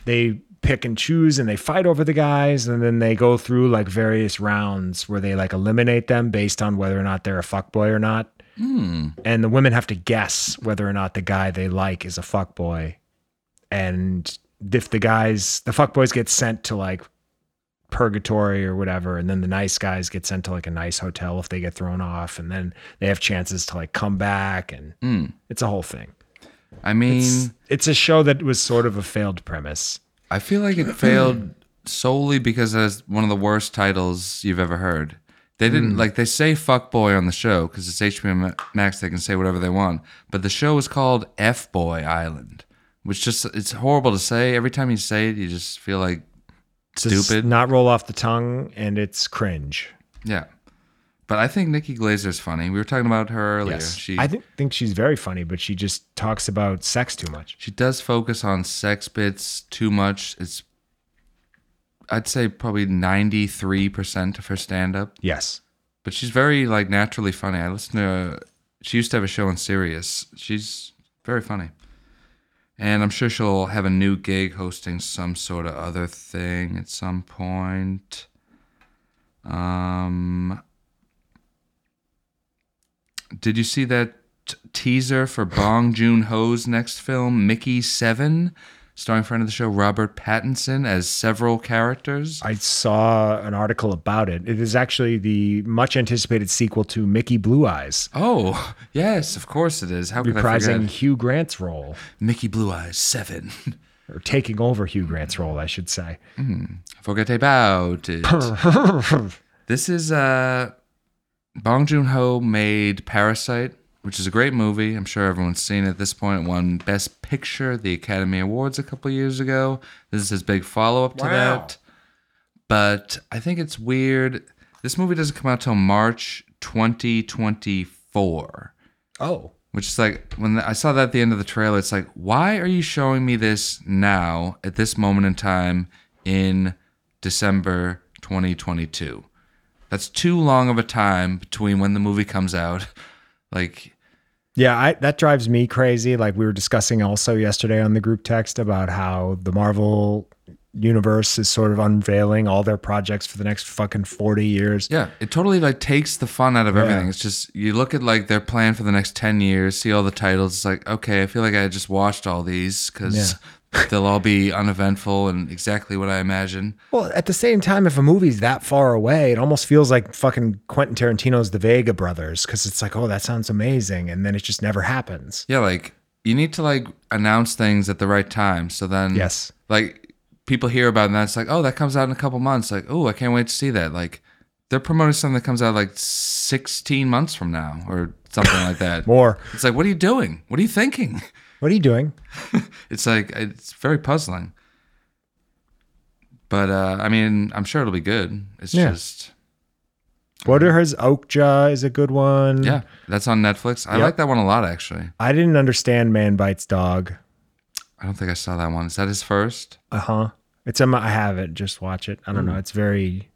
they pick and choose and they fight over the guys and then they go through like various rounds where they like eliminate them based on whether or not they're a fuck boy or not and the women have to guess whether or not the guy they like is a fuckboy. And if the guys, the fuckboys get sent to like purgatory or whatever, and then the nice guys get sent to like a nice hotel if they get thrown off, and then they have chances to like come back, and it's a whole thing.
Hmm. i mean
It's a show that was sort of a failed premise.
i feel like it failed solely because it's one of the worst titles you've ever heard they
Hmm.
didn't like they say fuck boy on the show because it's hbo Ma- max they can say whatever they want but the show is called f boy island which just it's horrible to say every time you say it you just feel like
Does
stupid
not roll off the tongue, and it's cringe.
Yeah. But I think Nikki Glazer's funny. We were talking about her earlier. She
I th- think she's very funny, but she just talks about sex too much.
she does focus on sex bits too much. It's I'd say probably 93% of her stand up,
Yes.
but she's very like naturally funny. I listen to she used to have a show on Sirius. She's very funny. And I'm sure she'll have a new gig hosting some sort of other thing at some point. Um, did you see that t- teaser for Bong Joon Ho's next film, Mickey Seven? starring friend of the show Robert Pattinson as several characters.
I saw an article about it. It is actually the much anticipated sequel to Mickey Blue Eyes,
Oh, [laughs] yes, of course it is. How could I
reprising
forget?
Hugh Grant's role,
Mickey Blue Eyes 7.
or taking over Hugh Grant's role, I should say.
[laughs] Forget about [laughs] it. this is uh, Bong Joon Ho made Parasite, which is a great movie. I'm sure everyone's seen it at this point. It won Best Picture at the Academy Awards a couple years ago. This is his big follow up to that. But I think it's weird. This movie doesn't come out till March 2024
Oh,
which is like when I saw that at the end of the trailer, it's like, why are you showing me this now at this moment in time in December 2022? That's too long of a time between when the movie comes out. [laughs] Like,
Yeah, I, that drives me crazy. Like we were discussing also yesterday on the group text about how the Marvel universe is sort of unveiling all their projects for the next fucking 40 years.
yeah, it totally like takes the fun out of everything. It's just you look at like their plan for the next 10 years, see all the titles, it's like, okay, I feel like I just watched all these cuz [laughs] they'll all be uneventful and exactly what I imagine.
Well, at the same time, if a movie's that far away, it almost feels like fucking Quentin Tarantino's The Vega Brothers because it's like, oh, that sounds amazing. And then it just never happens.
Yeah, like you need to like announce things at the right time. So then
Yes.
Like people hear about it and that's like, oh, that comes out in a couple months. Like, oh, I can't wait to see that. Like they're promoting something that comes out like sixteen months from now or something like that.
[laughs] More.
It's like, what are you doing? What are you thinking? [laughs]
What are you doing?
It's like it's very puzzling. But uh I mean, I'm sure it'll be good. It's
Yeah.
just
What are his Oakja is a good one.
yeah, that's on Netflix. I
Yep.
like that one a lot actually.
I didn't understand Man Bites Dog.
I don't think I saw that one. Is that his first?
Uh huh. It's on my, I have it. Just watch it. I don't
Hmm.
know. It's very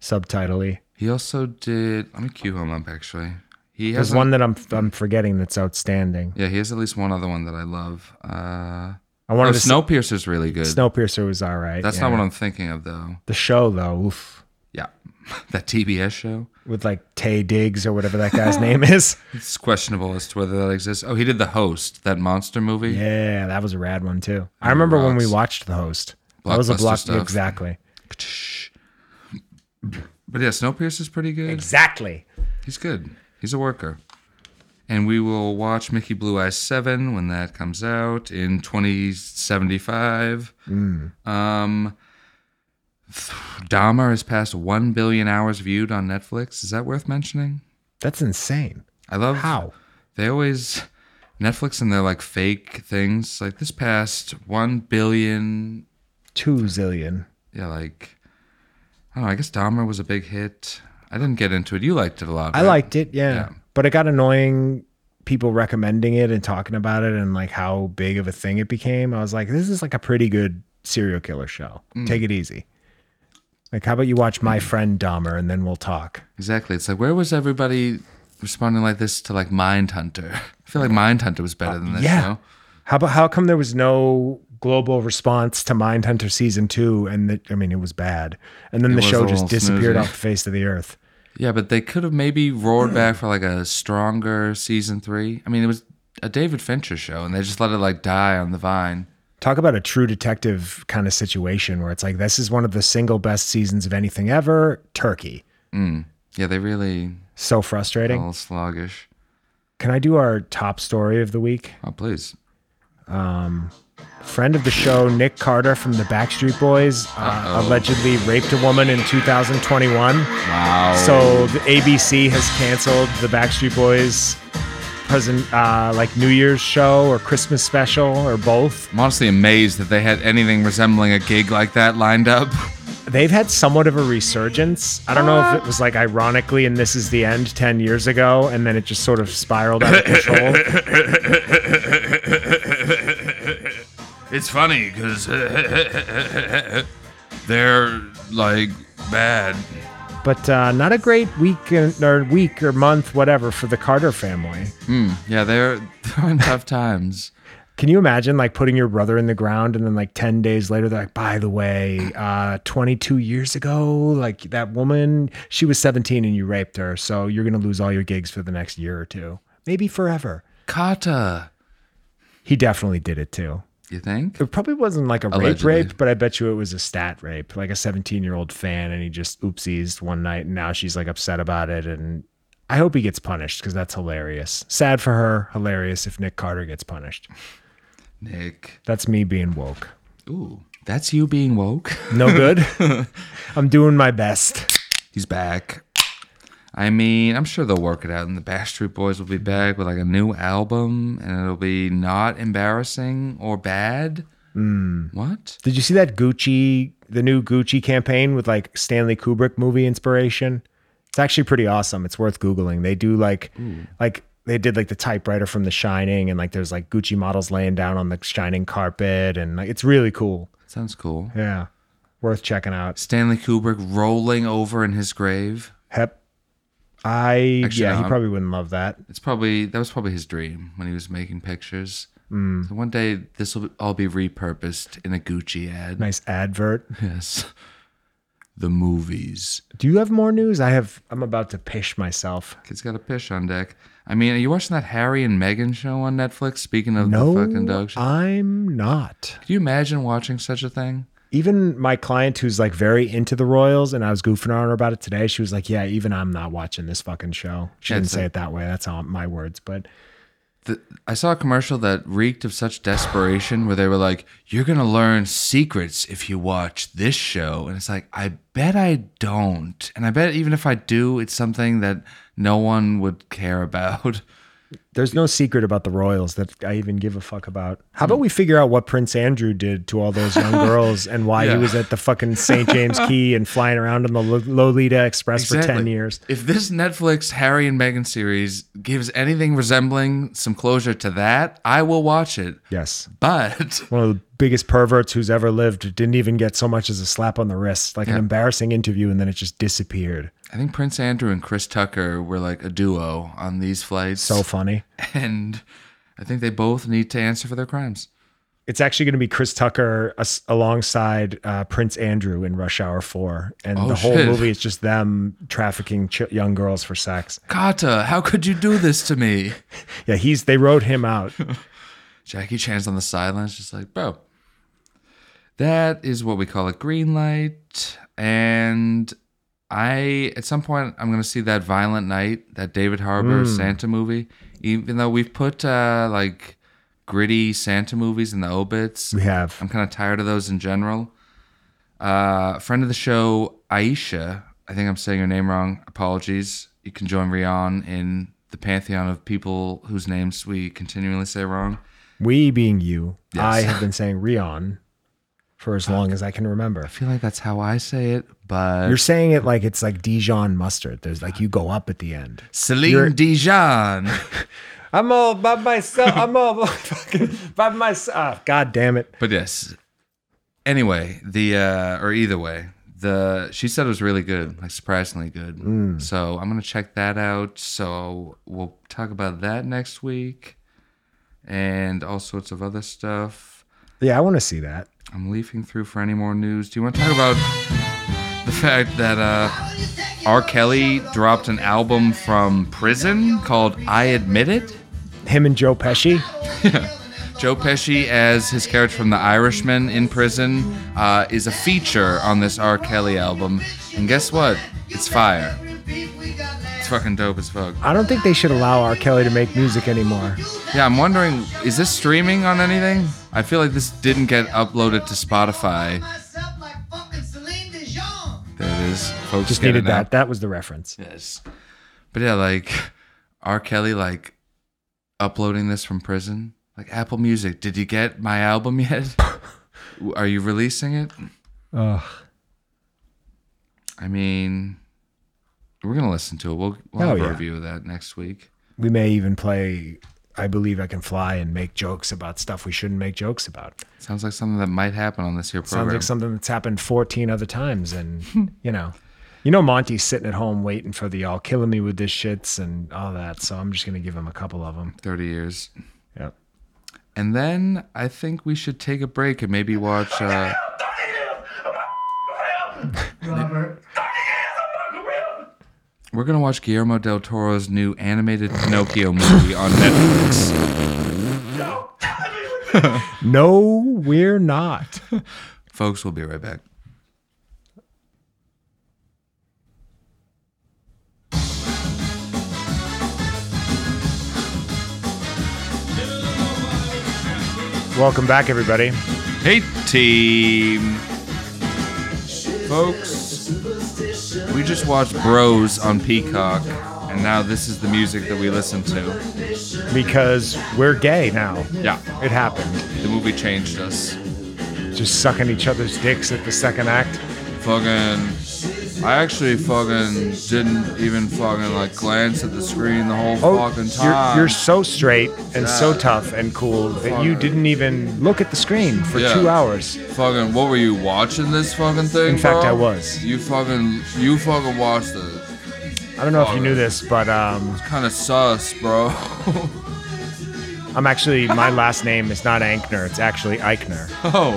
subtitlely.
He also did. Let me cue him up. Actually, he has
There's one that I'm I'm forgetting that's outstanding.
Yeah, he has at least one other one that I love. Uh,
I
oh,
wanted to say
Snowpiercer's really good.
Snowpiercer was all right.
That's not what I'm thinking of though.
the show though. Oof.
Yeah, [laughs] that TBS show.
With like Tay Diggs or whatever that guy's
[laughs]
name is.
It's questionable as to whether that exists. Oh, he did the host, that monster movie.
Yeah, that was a rad one too. I remember when we
rocks.
watched The Host. That was a
Blockbuster
block
stuff.
exactly.
But yeah, Snowpiercer's pretty good.
Exactly.
He's good. He's a worker. And we will watch Mickey Blue Eyes 7 when that comes out in 2075.
Mm.
Um, Dahmer has passed 1 billion hours viewed on Netflix. Is that worth mentioning?
That's insane.
I love
How?
they always Netflix and their like fake things. Like this passed 1 billion.
Two zillion.
Yeah, like, I don't know. I guess Dahmer was a big hit. I didn't get into it. You liked it a lot.
I
right?
liked it, yeah.
Yeah.
But it got annoying people recommending it and talking about it and like how big of a thing it became. I was like, this is like a pretty good serial killer show.
Mm.
Take it easy. Like, how about you watch My Friend Dahmer and then we'll talk?
Exactly. It's like where was everybody responding like this to like Mindhunter? [laughs] I feel like Mindhunter was better than this.
yeah.
You know?
How about how come there was no global response to Mindhunter season two? And the, I mean, it was bad. And then the
was a
show just
little
disappeared
snoozy.
off the face of the earth.
Yeah, but they could have maybe roared back for like a stronger season three. I mean, it was a David Fincher show, and they just let it like die on the vine.
Talk about a true detective kind of situation where it's like, this is one of the single best seasons of anything ever. Turkey.
Yeah, they really
So
a
frustrating.
little sluggish.
Can I do our top story of the week?
Oh, please.
Friend of the show, Nick Carter from the Backstreet Boys, uh, allegedly raped a woman in 2021.
Wow.
So the ABC has canceled the Backstreet Boys present, uh, like New Year's show or Christmas special or both.
I'm honestly amazed that they had anything resembling a gig like that lined up. [laughs]
They've had somewhat of a resurgence. I don't know if it was like ironically, and this is the end 10 years ago, and then it just sort of spiraled out of control.
It's funny because [laughs] they're like bad.
But uh, not a great week uh, or week or month, whatever, for the Carter family.
Yeah, they're, [laughs] they're in tough times.
Can you imagine like putting your brother in the ground and then like 10 days later they're like by the way uh 22 years ago like that woman she was 17 and you raped her so you're going to lose all your gigs for the next year or two maybe forever.
Kata.
He definitely did it too.
You think?
It probably wasn't like a
Allegedly.
rape rape, but I bet you it was a stat rape, like a 17 year old fan, and he just oopsies one night, and now she's like upset about it. And I hope he gets punished because that's hilarious. Sad for her, hilarious if Nick Carter gets punished.
Nick.
That's me being woke.
Ooh, that's you being woke. [laughs]
No good. I'm doing my best.
He's back. I mean, I'm sure they'll work it out, and the Backstreet Boys will be back with like a new album, and it'll be not embarrassing or bad. What?
Did you see that Gucci, the new Gucci campaign with like Stanley Kubrick movie inspiration? It's actually pretty awesome. It's worth googling. They do like like they did like the typewriter from The Shining, and like there's like Gucci models laying down on the shining carpet, and like it's really cool.
Sounds cool.
Yeah, worth checking out.
Stanley Kubrick rolling over in his grave.
Hep, I
Actually,
yeah,
no,
he
I'm-
probably wouldn't love that.
It's probably that was probably his dream when he was making pictures. So one day this will all be repurposed in a Gucci ad.
[laughs] Nice advert.
Yes. The movies.
Do you have more news? I have. I'm about to pish myself.
Kid's got a pish on deck. I mean, are you watching that Harry and Meghan show on Netflix? Speaking of
No, uh,
the fucking dog shit.
I'm not.
Could you imagine watching such a thing?
even my client who's like very into the Royals, and I was goofing on her about it today. She was like, "Yeah, even I'm not watching this fucking show." She
Yeah,
didn't
it's
say
like-
it that way. That's all my words, but
The, I saw a commercial that reeked of such desperation where they were like, You're going to learn secrets if you watch this show. And it's like, I bet I don't. And I bet even if I do, it's something that no one would care about. [laughs]
there's no secret about the Royals that I even give a fuck about. How
Hmm.
about we figure out what Prince Andrew did to all
[laughs]
those young girls and why
Yeah.
he was at the fucking
[laughs]
St. James Key and flying around in the Lo- Lolita Express for ten
Exactly.
years?
If this Netflix Harry and Meghan series gives anything resembling some closure to that, I will watch it.
Yes.
But [laughs]
One of the biggest perverts who's ever lived didn't even get so much as a slap on the wrist, like an
Yeah.
embarrassing interview, and then it just disappeared.
I think Prince Andrew and Chris Tucker were like a duo on these flights.
So funny.
[laughs] and I think they both need to answer for their crimes.
it's actually going to be Chris Tucker as- alongside uh, Prince Andrew in Rush Hour Four, and
Oh,
the whole
shit.
movie is just them trafficking ch- young girls for sex.
Kata, how could you do this to me? [laughs]
Yeah, he's they wrote him [laughs] out.
Jackie Chan's on the sidelines, just like, bro. That is what we call a green light. And I, at some point, I'm going to see that Violent Night, that David Harbour Santa movie. Even though we've put uh, like gritty Santa movies in the obits,
We have
I'm kind of tired of those in general. Uh, friend of the show, Aisha. I think I'm saying her name wrong. Apologies. You can join Rion in the pantheon of people whose names we continually say wrong.
we being you.
Yes.
I have been saying Rion for as long as I can remember.
I feel like that's how I say it, but
You're saying it like it's like Dijon mustard. There's like you go up at the end.
Celine
you're-
Dijon.
I'm all by myself. I'm all [laughs] fucking by myself. Ah, God damn it.
but yes. Anyway, the uh, or either way, the she said it was really good, like surprisingly good. So I'm gonna check that out. So we'll talk about that next week, and all sorts of other stuff.
Yeah, I want to see that.
I'm leafing through for any more news. Do you want to talk about the fact that uh, R. Kelly dropped an album from prison called "I Admit It"?
Him and Joe Pesci.
Joe Pesci as his character from The Irishman in prison uh, is a feature on this R. Kelly album, and guess what? It's fire. It's fucking dope as fuck.
I don't think they should allow R. Kelly to make music anymore.
Yeah, I'm wondering, is this streaming on anything? I feel like this didn't get uploaded to Spotify. There it is, folks.
Just
get it
needed
now.
that. That was the reference.
Yes. But yeah, like R. Kelly, like uploading this from prison. Like Apple Music, did you get my album
[laughs]
yet? Are you releasing it?
Ugh.
I mean, we're gonna listen to it. We'll, we'll
Oh,
have a
yeah.
review of that next week.
We may even play I Believe I Can Fly and make jokes about stuff we shouldn't make jokes about.
Sounds like something that might happen on this here program.
Sounds like something that's happened 14 other times. And, [laughs] you know, you know, Monty's sitting at home waiting for the y'all killing me with this shits and all that. So I'm just going to give him a couple of them.
Thirty years,
Yep.
and then I think we should take a break and maybe watch. Uh, we're gonna watch Guillermo del Toro's new animated Pinocchio movie on Netflix.
No, we're not. [laughs]
Folks, we'll be right back.
Welcome back, everybody.
Hey, team. Folks, we just watched Bros on Peacock, and now this is the music that we listen to.
Because we're gay now.
Yeah,
It happened.
the movie changed us.
Just sucking each other's dicks at the second act.
Fucking. I actually fucking didn't even fucking like glance at the screen the whole
Oh,
fucking
you're,
time.
you're so straight and so
Yeah.
tough and cool that you
Fuck.
didn't even look at the screen for
Yeah.
two hours.
Fucking, what were you watching this fucking thing?
In fact,
bro?
I was.
You fucking, you fucking watched it.
I don't know if you knew this, but um,
Kind of sus, bro. [laughs]
I'm actually, my last name is not Ankner, it's actually Eichner.
oh,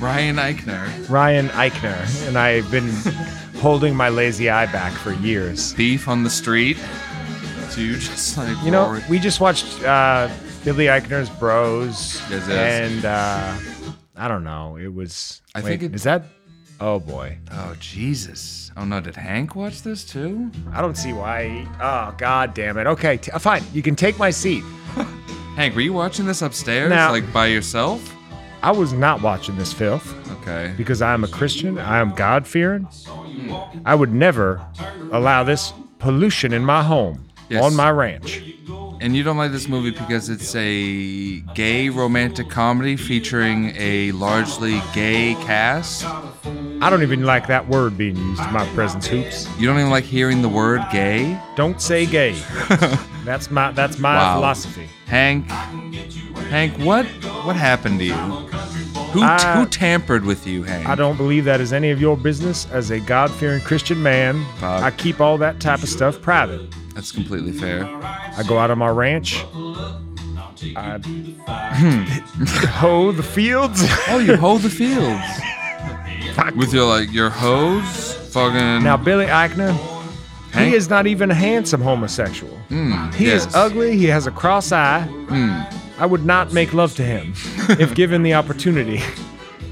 Ryan Eichner,
Ryan Eichner. And
[laughs]
I've been holding my lazy eye back for years.
thief on the street. So you just like,
You know,
roared-
we just watched uh, Billy Eichner's Bros.
Yes, yes.
And uh, I don't know, it was.
I
wait,
think it-
is that? Oh boy.
oh Jesus. Oh no, did Hank watch this too?
I don't see why. Oh, god damn it. Okay, t- uh, fine. You can take my seat.
Hank, were you watching this upstairs,
No.
like by yourself?
I was not watching this filth
Okay.
because I am a Christian. I am God fearing. I would never allow this pollution in my home
Yes.
on my ranch.
And you don't like this movie because it's a gay romantic comedy featuring a largely gay cast.
I don't even like that word being used in my presence, hoops.
You don't even like hearing the word gay. [laughs]
Don't say gay. that's my that's my
Wow.
philosophy.
Hank, Hank, what what happened to you? Who
I-
who tampered with you, Hank?
I don't believe that is any of your business as a God fearing Christian man.
Fuck.
I keep all that type of stuff private.
That's completely fair.
I go out on my ranch.
Hmm.
I [laughs] hoe the fields.
Oh, you hoe the
[laughs]
fields with your like your hose, fucking.
Now Billy Eichner,
Hank-
he is not even a handsome homosexual.
Mm,
He
yes. Mm.
is ugly. He has a cross eye. I would not make love to
[laughs]
him if given the opportunity.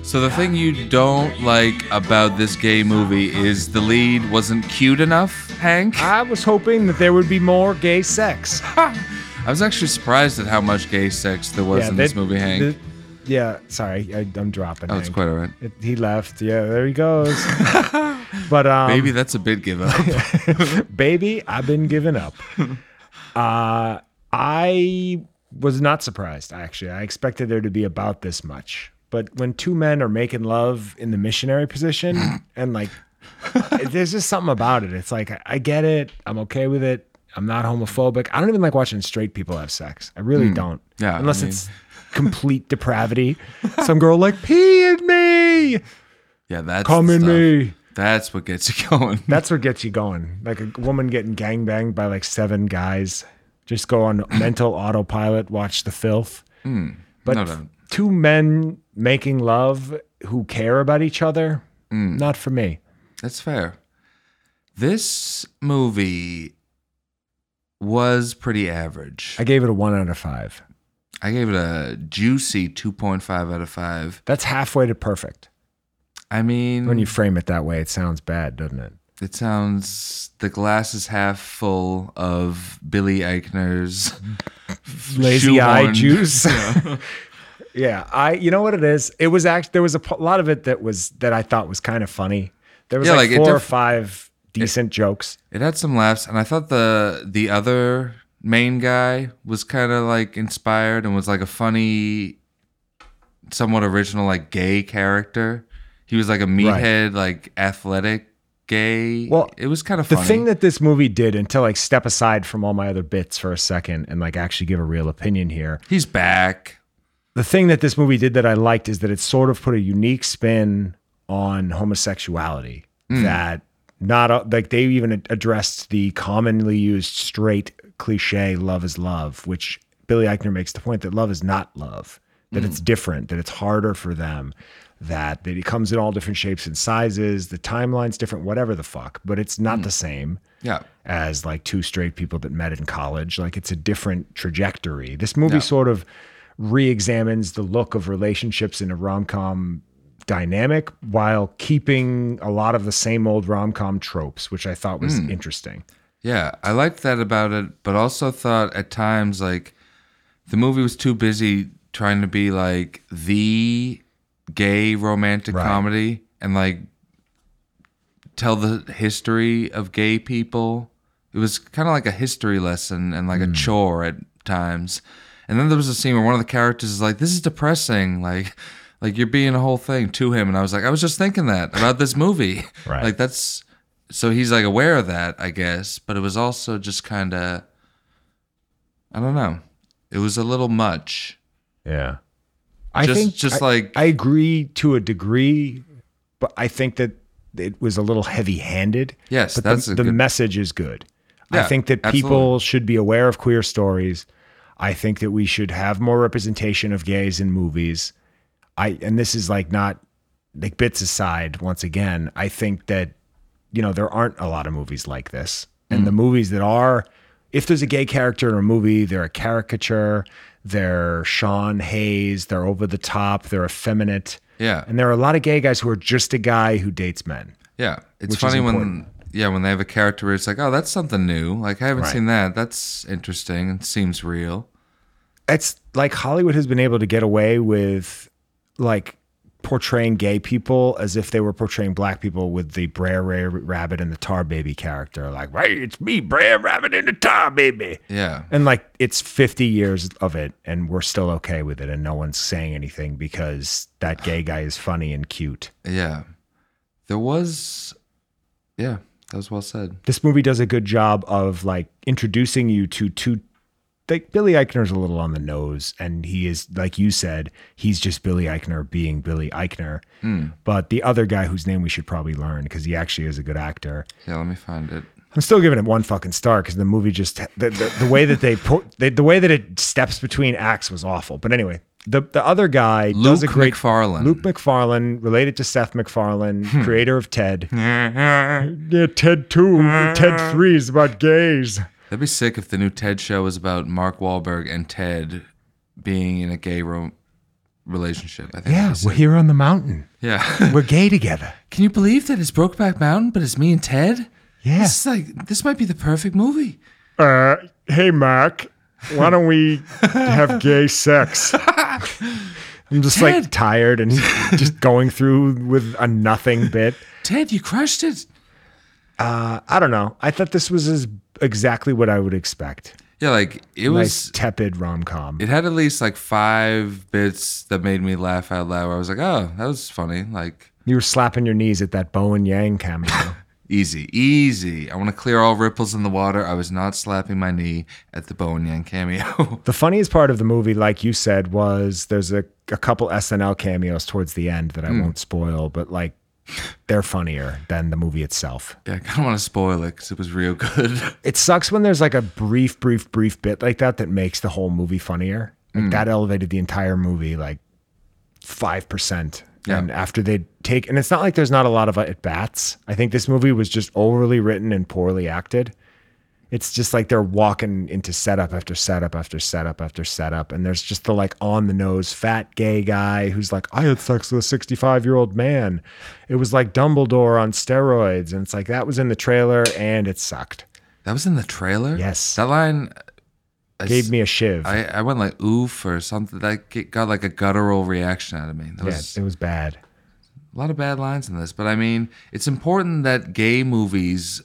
So the thing you don't like about this gay movie is the lead wasn't cute enough, Hank.
I was hoping that there would be more gay
[laughs]
sex.
I was actually surprised at how much gay sex there was in this
they-
movie, Hank.
the- yeah, sorry, I, I'm dropping.
oh, it's
Hank. Um,
quite alright.
It- he left. Yeah, there
[laughs]
he goes. but um,
Maybe that's a big give
[laughs]
up.
baby, I've been
[laughs]
giving up. uh, I was not surprised, actually. I expected there to be about this much. But when two men are making love in the
[laughs]
missionary position, and like, there's just something about it. It's like, I- I get it. I'm okay with it. I'm not homophobic. I don't even like watching straight people have sex. I really don't.
Hmm. Yeah, I
Unless
mean-
it's complete depravity. Some girl like, pee
[laughs]
in me,
yeah, that's
come
the
in
stuff.
me.
That's what gets you going. [laughs]
That's what gets you going. Like a woman getting gangbanged by like seven guys. Just go
[clears throat]
on mental autopilot, watch the filth.
Hmm.
but
no doubt.
two men making love who care about each other,
Hmm.
not for me.
That's fair. This movie was pretty average.
I gave it a one out of five.
I gave it a juicy 2.5 out of 5.
That's halfway to perfect.
I mean,
When you frame it that way, it sounds bad, doesn't it?
it sounds the glass is half full of Billy Eichner's
[laughs] Lazy eye
[laughs] shoehorned-
juice. [laughs] Yeah, I. You know what it is? It was actually there was a p- lot of it that was that I thought was kind of funny. There was
Yeah,
like,
like, it
four or
def-
five decent jokes.
It had some laughs, and I thought the the other main guy was kind of like inspired and was like a funny, somewhat original, like gay character. He was like a meathead, like athletic gay.
Well,
it was kind of
The
funny.
thing that this movie did, and to like step aside from all my other bits for a second and like actually give a real opinion here,
he's back.
the thing that this movie did that I liked is that it sort of put a unique spin on homosexuality that not a- like they even ad- addressed the commonly used straight cliche love is love, which Billy Eichner makes the point that love is not love, that it's different, that it's harder for them, that, that it comes in all different shapes and sizes, the timeline's different, whatever the fuck, but it's not the same
Yeah,
as like two straight people that met in college. Like it's a different trajectory. This movie
Yeah.
sort of re-examines the look of relationships in a rom-com dynamic while keeping a lot of the same old rom-com tropes, which I thought was
Hmm.
interesting.
Yeah, I liked that about it, but also thought at times like the movie was too busy trying to be like the gay romantic
Right.
comedy and like tell the history of gay people. It was kind of like a history lesson and
Hmm.
like a chore at times. And then there was a scene where one of the characters is like, "This is depressing." [laughs] Like, like you're being a whole thing to him, and I was like, I was just thinking that about this movie. [laughs]
[laughs] Right.
Like that's so he's like aware of that, I guess. But it was also just kind of, I don't know. It was a little much.
Yeah. I
Just-
think
just
I-
like-
I agree to a degree, but I think that it was a little heavy-handed.
Yes,
but
that's
the,
a
the
good-
message is good. I
Yeah,
think that people
absolutely.
should be aware of queer stories. I think that we should have more representation of gays in movies. I and this is like not like bits aside once again. I think that you know there aren't a lot of movies like this, and the movies that are, if there's a gay character in a movie, they're a caricature. They're Sean Hayes. They're over the top. They're effeminate.
Yeah.
And there are a lot of gay guys who are just a guy who dates men.
Yeah, it's
Which is
funny when
important.
yeah when they have a character where it's like, oh, that's something new. Like I haven't
Right.
seen that. That's interesting. It seems real.
it's like Hollywood has been able to get away with like portraying gay people as if they were portraying black people with the Brer Ray Rabbit and the Tar Baby character. Like, hey, it's me, Brer Rabbit and the Tar Baby.
Yeah,
And like, it's 50 years of it and we're still okay with it. And no one's saying anything because that gay guy is funny and cute.
yeah. There was, yeah, that was well said.
This movie does a good job of like introducing you to two. Like Billy Eichner's a little on the nose, and he is, like you said, he's just Billy Eichner being Billy Eichner. But the other guy whose name we should probably learn because he actually is a good actor.
Yeah, let me find it.
I'm still giving it one fucking star because the movie just the, the, [laughs] the way that they, po- they the way that it steps between acts was awful. But anyway, the the other guy does a
Luke
great
McFarlane.
Luke McFarlane, related to Seth McFarlane, creator of Ted.
Yeah, Ted 2,
Uh.
Ted 3 is about gays.
That'd be sick if the new Ted show was about Mark Wahlberg and Ted being in a gay ro- relationship. I think. that'd
Yeah,
be sick.
we're here on the mountain.
yeah. [laughs]
We're gay together.
Can you believe that it's Brokeback Mountain, but it's me and Ted?
Yeah.
This is like this might be the perfect movie.
Uh, hey, Mark, why don't we
[laughs]
have gay sex?
I'm just like
Ted. [laughs]
tired and just going through with a nothing bit.
Ted, you crushed it.
I don't know. I thought this was as exactly what I would expect.
Yeah, like it
Nice
was.
tepid rom com.
It had at least like five bits that made me laugh out loud. Where I was like, "Oh, that was funny." Like
You were slapping your knees at that Bowen
[laughs]
Yang cameo.
easy, easy. I want to clear all ripples in the water. I was not slapping my knee at the Bowen Yang cameo. [laughs]
the funniest part of the movie, like you said, was there's a, a couple SNL cameos towards the end that I
Hmm.
won't spoil, but like they're funnier than the movie itself.
yeah, I kind of want to spoil it because it was real good. [laughs]
it sucks when there's like a brief, brief, brief bit like that that makes the whole movie funnier. Like that elevated the entire movie like five percent.
Yeah.
And after they take, and it's not like there's not a lot of uh, at bats. I think this movie was just overly written and poorly acted. It's just like they're walking into setup after setup after setup after setup, and there's just the like on the nose fat gay guy who's like, I had sex with a 65 year old man. It was like Dumbledore on steroids, and it's like that was in the trailer, and it sucked
That was in the trailer.
Yes.
that line I s-
gave me a shiv.
I, I went like oof or something. That g- got like a guttural reaction out of me. That
yeah,
was
it was bad.
a lot of bad lines in this, but I mean, it's important that gay movies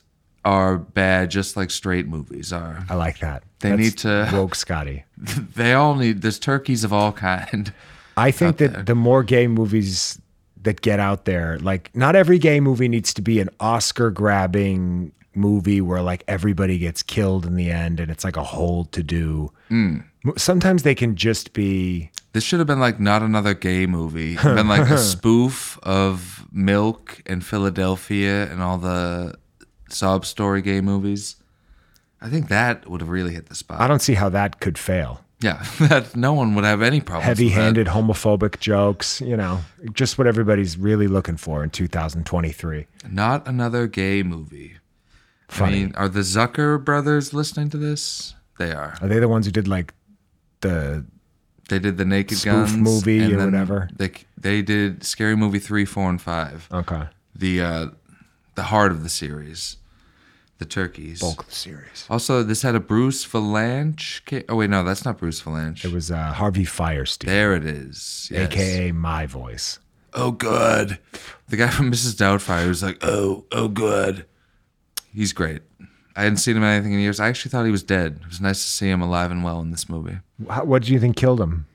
are bad, just like straight movies are.
I like that.
They need to-
woke Scotty.
They all need. There's turkeys of all [laughs] kind.
I think that the more gay movies that get out there, like not every gay movie needs to be an Oscar grabbing movie where like everybody gets killed in the end and it's like a whole to do.
Mm.
Sometimes they can just be
This should have been like not another gay movie. It'd been
[laughs]
like a spoof of Milk and Philadelphia and all the sob story gay movies. I think that would have really hit the spot.
I don't see how that could fail.
yeah, [laughs] that no one would have any problems. with that.
Heavy-handed homophobic jokes, you know, just what everybody's really looking for in 2023.
Not another gay movie.
Funny.
I mean, are the Zucker brothers listening to this? They are.
Are they the ones who did like the
They did the Naked
Spoof
Guns
movie
and
or
then
whatever.
They they did Scary Movie three, four, and five.
Okay.
The uh, the heart of the series, the turkeys.
Bulk of the series.
Also, this had a Bruce Valanche. ca- Oh wait, no, that's not Bruce Valanche.
It was uh, Harvey Firestein,
there it is. Yes.
aka my voice.
Oh good. The guy from Mrs. Doubtfire was like, oh, oh good. He's great. I hadn't seen him in anything in years. I actually thought he was dead. It was nice to see him alive and well in this movie.
How, what do you think killed him?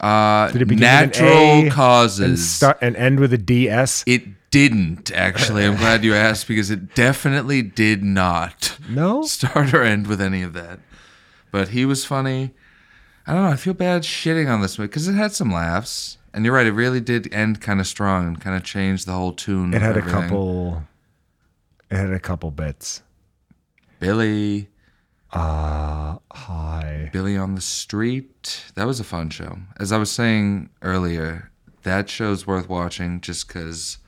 Uh,
Did it begin with an A
natural
and
causes.
And start and end with a DS?
It didn't actually. I'm glad you asked because it definitely did not
No.
start or end with any of that. But he was funny. I don't know. I feel bad shitting on this movie because it had some laughs. And you're right. It really did end kind of strong and kind of changed the whole tune.
It
of
had a
everything.
couple. It had a couple bits.
Billy,
Uh, hi.
Billy on the Street. That was a fun show. As I was saying earlier, that show's worth watching just because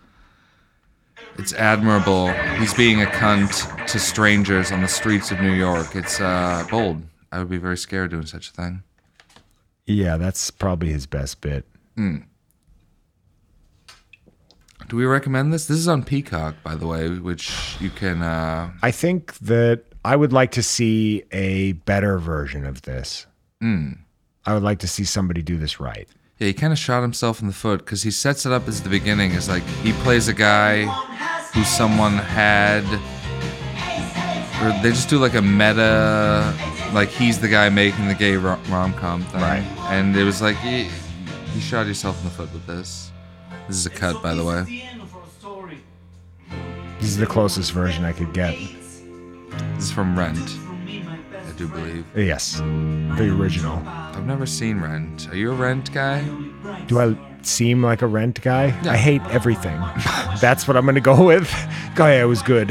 it's admirable. He's being a cunt to strangers on the streets of New York. It's uh, bold. I would be very scared doing such a thing.
Yeah, that's probably his best bit.
Do we recommend this? This is on Peacock, by the way, which you can. Uh,
I think that I would like to see a better version of this.
Hmm.
I would like to see somebody do this right.
yeah, he kind of shot himself in the foot because he sets it up as the beginning. Is like he plays a guy who someone had. or they just do like a meta, like he's the guy making the gay rom com thing.
Right.
And it was like, you, you shot yourself in the foot with this. This is a cut, by the way.
This is the closest version I could get.
This is from Rent, I do believe.
Yes, the original.
I've never seen Rent. Are you a Rent guy?
Do I seem like a rent guy?
Yeah.
I hate everything. [laughs] That's what I'm going to go with. [laughs] Guy, I was good. [laughs]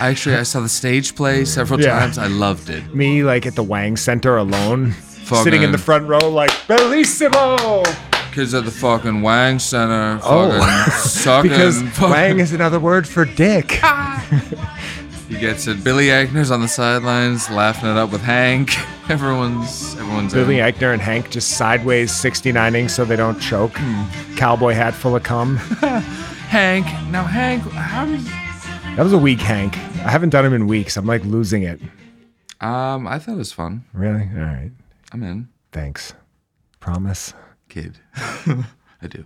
Actually, I saw the stage play several
Yeah.
times. I loved it.
Me, like at the Wang Center alone, sitting
Fucking-
in the front row, like, bellissimo!
Kids at the fucking Wang Center. Fucking
[laughs]
sucking.
Oh. because
[laughs] fucking-
Wang is another word for dick. [laughs]
He gets it. Billy Eichner's on the sidelines laughing it up with Hank. [laughs] Everyone's everyone's
Billy
in.
Eichner and Hank just sideways 69ing so they don't choke.
Hmm.
Cowboy hat full of cum. [laughs]
Hank. Now Hank, how did
That was a weak Hank. I haven't done him in weeks. I'm like losing it.
Um, I thought it was fun.
Really? All right.
I'm in.
Thanks. Promise.
Kid. [laughs] I do.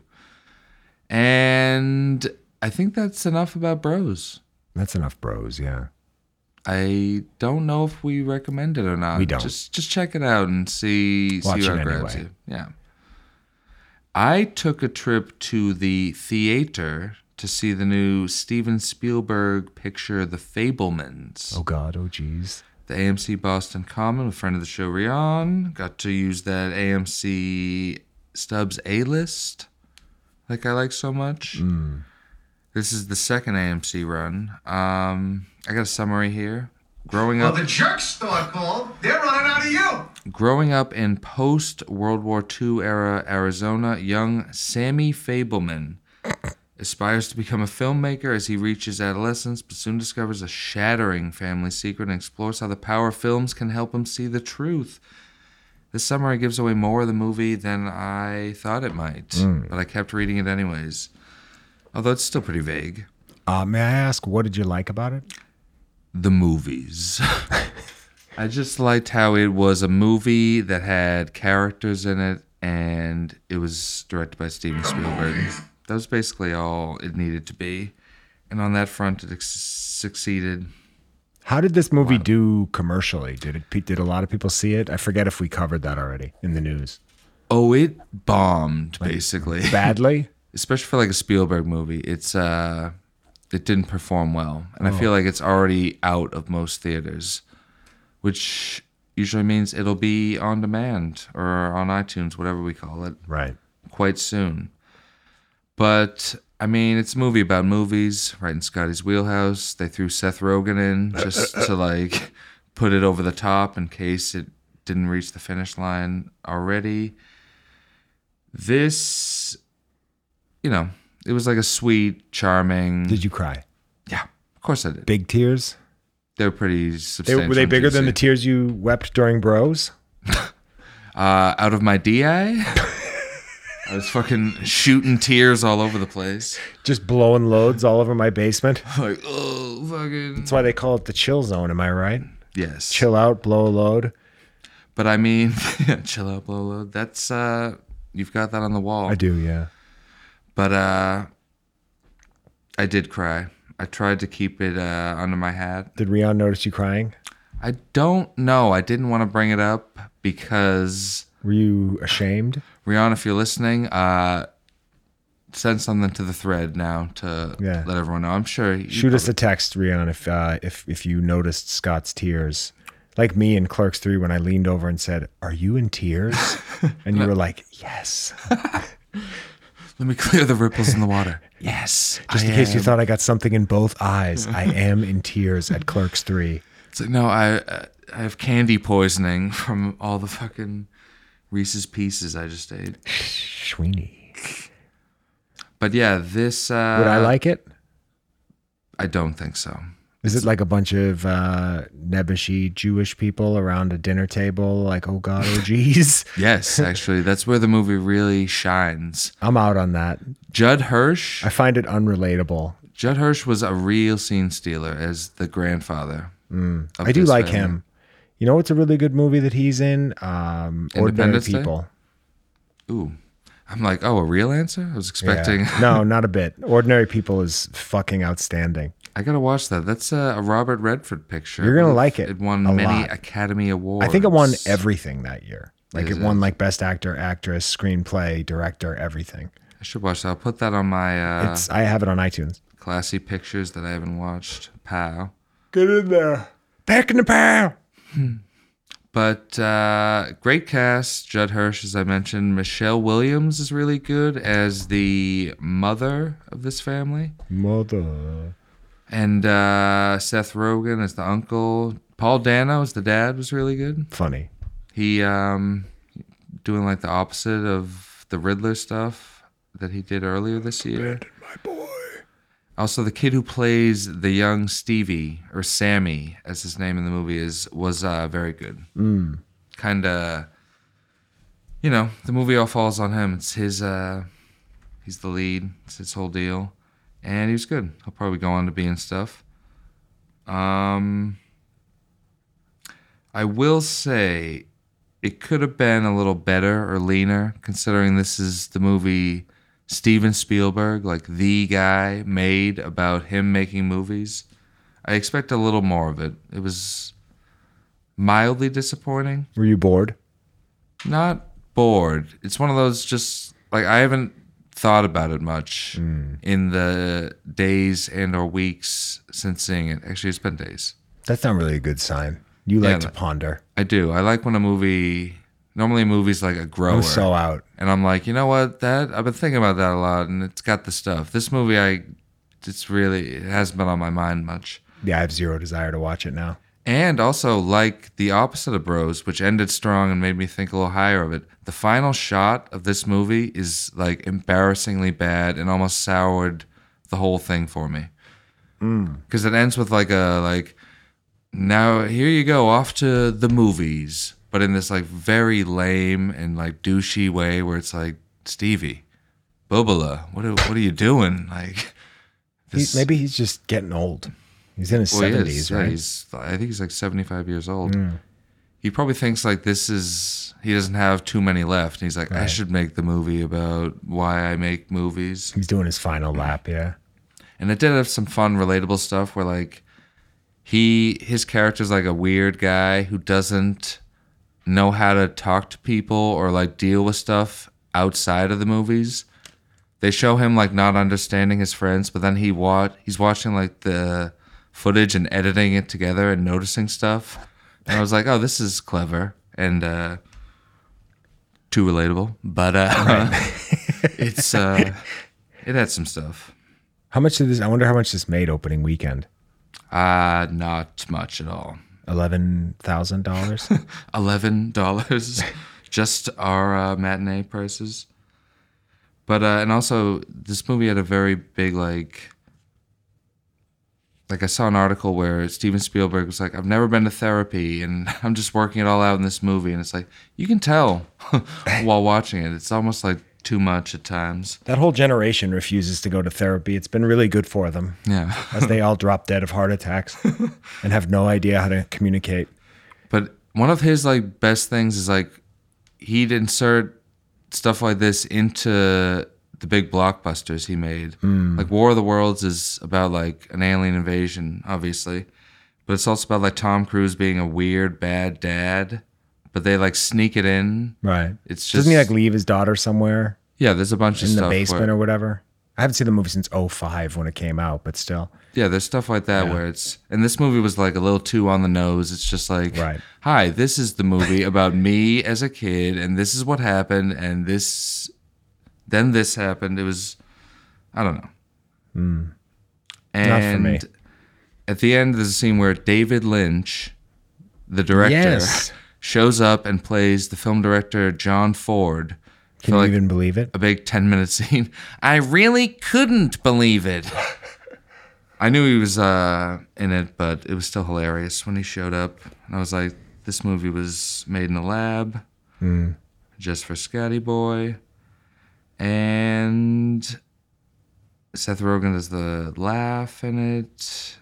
And I think that's enough about bros.
That's enough, bros. Yeah.
I don't know if we recommend it or not.
We don't.
Just just check it out and see
Watch
see how
it
it grabs
anyway.
you. Yeah. I took a trip to the theater to see the new Steven Spielberg picture, The Fablemans.
Oh, God. Oh, geez.
the AMC Boston Common with friend of the show Rion. Got to use that AMC Stubbs A list, like I like so much. This is the second AMC run. Um, I got a summary here. Growing up,
jerks thought, Paul. They're running out of you.
growing up in post World War II era Arizona, young Sammy Fableman aspires to become a filmmaker as he reaches adolescence, but soon discovers a shattering family secret and explores how the power of films can help him see the truth. This summary gives away more of the movie than I thought it might, but I kept reading it anyways. Although it's still pretty vague.
Uh, may I ask, what did you like about it?
the movies. [laughs] I just liked how it was a movie that had characters in it and it was directed by Steven Spielberg. That was basically all it needed to be. And on that front, it ex- succeeded.
How did this movie do commercially? Did it? Did a lot of people see it? I forget if we covered that already in the news.
Oh, it bombed, basically. [laughs]
Badly.
Especially for like a Spielberg movie. It's, uh, it didn't perform well. And I feel like it's already out of most theaters, which usually means it'll be on demand or on iTunes, whatever we call it.
[laughs] right.
quite soon. But I mean, it's a movie about movies, right in Scotty's wheelhouse. They threw Seth Rogen
[laughs]
in just to like put it over the top in case it didn't reach the finish line already. This, you know, it was like a sweet, charming.
Did you cry?
yeah, of course I did.
Big tears.
They're pretty
They,
substantial.
were they
and
bigger than the
juicy.
tears you wept during Bros?
uh, out of my DI.
[laughs]
I was fucking shooting tears all over the place. [laughs]
Just blowing loads all over my basement.
Like, oh, fucking.
That's why they call it the chill zone. Am I right?
Yes.
Chill out, blow a load.
But I mean, [laughs] chill out, blow load. That's, uh, you've got that on the wall.
I do, yeah.
But, uh, I did cry. I tried to keep it, uh, under my hat.
Did Rion notice you crying?
I don't know. I didn't want to bring it up because
Were you ashamed?
Rihanna, if you're listening, uh, send something to the thread now to
Yeah.
let everyone know. I'm sure. You
Shoot us a text, Rion, if uh, if if you noticed Scott's tears, like me in Clerks Three when I leaned over and said, "Are you
[laughs]
in tears?" and you were like, "Yes."
Let me clear the ripples in the
[laughs]
water. yes.
Just
I
in case you
am.
thought I got something in both
[laughs]
eyes, I am in tears at Clerks Three.
It's like, no, I uh, I have candy poisoning from all the fucking Reese's Pieces I just ate.
Sweeney,
But yeah, this. Uh,
would I like it?
I don't think so.
Is it like a bunch of uh, nebbishy Jewish people around a dinner table? Like, oh God, oh [laughs] geez, [laughs]
Yes, actually, that's where the movie really shines.
I'm out on that.
Judd Hirsch.
I find it unrelatable.
Judd Hirsch was a real scene stealer as the grandfather. of
Mm. I do
this
like
family.
him. You know what's a really good movie that he's in? Um, Ordinary
Independence Day?
People.
Ooh. I'm like, oh, a real answer? I was expecting.
Yeah. no, not a bit. Ordinary People is fucking outstanding.
[laughs] I gotta watch that. That's a, a Robert Redford picture.
You're gonna
It-
like it
It won
a
many
lot.
Academy Awards.
I think it won everything that year. Like
Is
it won like best actor, actress, screenplay, director, everything.
I should watch that. I'll put that on my uh,
It's I have it on iTunes.
classy pictures that I haven't watched. Pow.
Get in there. Back in the pow.
But uh, great cast. Judd Hirsch, as I mentioned. Michelle Williams is really good as the mother of this family.
Mother.
And uh, Seth Rogen as the uncle. Paul Dano as the dad was really good.
Funny.
He um doing like the opposite of the Riddler stuff that he did earlier this year. Also, the kid who plays the young Stevie or Sammy, as his name in the movie is, was uh, very good. Mm. Kind of, you know, the movie all falls on him. It's his, uh, he's the lead. It's his whole deal, and he was good. He'll probably go on to be in stuff. Um, I will say, it could have been a little better or leaner, considering this is the movie Steven Spielberg, like the guy, made about him making movies. I expect a little more of it. It was mildly disappointing.
Were you bored?
Not bored. It's one of those just like I haven't thought about it much in the days and or weeks since seeing it. Actually, it's been days.
That's not really a good sign. You
Yeah,
like to
but-
ponder.
I do. I like when a movie normally a movie's like a grower.
I'm so out.
and I'm like, you know what? That I've been thinking about that a lot, and it's got the stuff. This movie, I, it's really it hasn't been on my mind much.
Yeah, I have zero desire to watch it now.
And also, like the opposite of Bros, which ended strong and made me think a little higher of it. The final shot of this movie is like embarrassingly bad and almost soured the whole thing for me. Because it ends with like a like, now here you go off to the movies, but in this like very lame and like douchey way where it's like Stevie, Bubala, what are, what are you doing? Like,
He's, maybe he's just getting old. He's in his
well, he is,
seventies,
yeah,
right?
he's, I think he's like 75 years old. He probably thinks like this is he doesn't have too many left. And he's like, I should make the movie about why I make movies.
He's doing his final lap, yeah.
And it did have some fun, relatable stuff where like he his character's like a weird guy who doesn't know how to talk to people or like deal with stuff outside of the movies. They show him like not understanding his friends, but then he wa- he's watching like the footage and editing it together and noticing stuff. And I was like, oh, this is clever and uh, too relatable, but uh, [laughs] it's uh, it had some stuff.
How much did this I wonder how much this made opening weekend?
Uh, not much at all.
Eleven thousand dollars?
Eleven dollars, just our uh, matinee prices. But uh, and also this movie had a very big like like I saw an article where Steven Spielberg was like, "I've never been to therapy, and [laughs] I'm just working it all out in this movie." And it's like you can tell [laughs] while watching it; it's almost like too much at times.
[laughs] That whole generation refuses to go to therapy. It's been really good for them
Yeah,
as they all drop dead of heart [laughs] attacks and have no idea how to communicate.
but one of his like best things is like he'd insert stuff like this into the big blockbusters he made.
Mm.
Like War of the Worlds is about like an alien invasion, obviously, but it's also about like Tom Cruise being a weird bad dad. But they like sneak it in.
Right.
It's just
Doesn't he like leave his daughter somewhere
Yeah, there's a bunch of
in
stuff.
the basement
where,
or whatever? I haven't seen the movie since 05 when it came out, but still.
yeah, there's stuff like that where it's and this movie was like a little too on the nose. It's just like,
Right.
hi, this is the movie about me as a kid, and this is what happened, and this, then this happened. It was, I don't know. And
Hmm. Not for me.
At the end, there's a scene where David Lynch, the director,
Yes.
shows up and plays the film director John Ford.
Can
for,
you
like,
even believe it?
a big 10 minute [laughs] scene. I really couldn't believe it. I knew he was uh, in it, but it was still hilarious when he showed up. And I was like, this movie was made in a lab
Hmm.
just for Scotty Boy. And Seth Rogen does the laugh in it.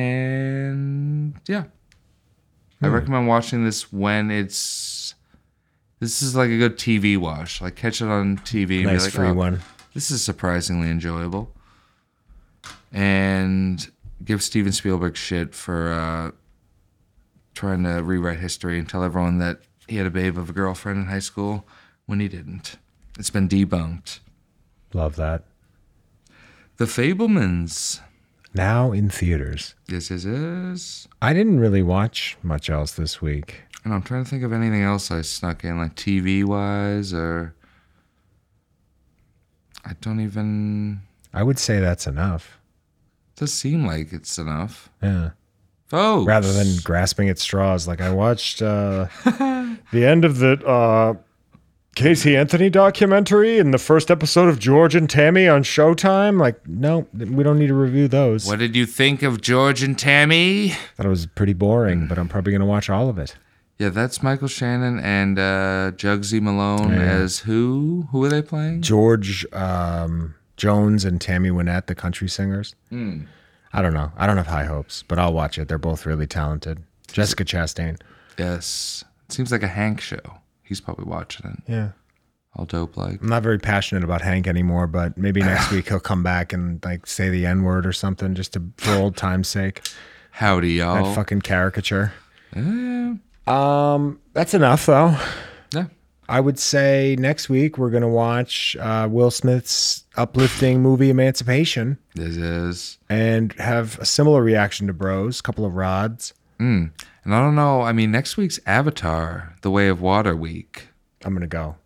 And yeah. I
Hmm.
recommend watching this when it's this is like a good TV watch. Like catch it on TV. and be
Nice
like,
free
"Oh,
one.
This is surprisingly enjoyable. And give Steven Spielberg shit for uh, trying to rewrite history and tell everyone that he had a babe of a girlfriend in high school when he didn't. It's been debunked.
Love that.
The Fablemans.
Now in theaters.
Yes, yes, yes.
I didn't really watch much else this week.
And I'm trying to think of anything else I snuck in, like TV wise, or I don't even.
I would say that's enough.
Does seem like it's enough,
Yeah.
folks.
Rather than grasping at straws, like I watched uh,
The end of the uh, Casey Anthony documentary and the first episode of George and Tammy on Showtime. Like, no, we don't need to review those.
What did you think of George and Tammy?
Thought it was pretty boring, but I'm probably going to watch all of it.
Yeah, that's Michael Shannon and uh, Jugsy Malone as who? Who are they playing?
George um, Jones and Tammy Wynette, the country singers. I don't know. I don't have high hopes, but I'll watch it. They're both really talented. Jessica Chastain.
yes. It seems like a Hank show. He's probably watching it.
Yeah.
All dope like.
I'm not very passionate about Hank anymore, but maybe next week he'll come back and like say the N word or something just to, for old time's sake.
Howdy,
That
y'all.
fucking caricature.
yeah.
Um, that's enough though.
yeah.
I would say next week we're gonna watch uh, Will Smith's uplifting movie Emancipation
This is.
and have a similar reaction to Bros, couple of rods.
And I don't know. I mean, next week's Avatar, The Way of Water Week.
I'm
[laughs]
gonna go.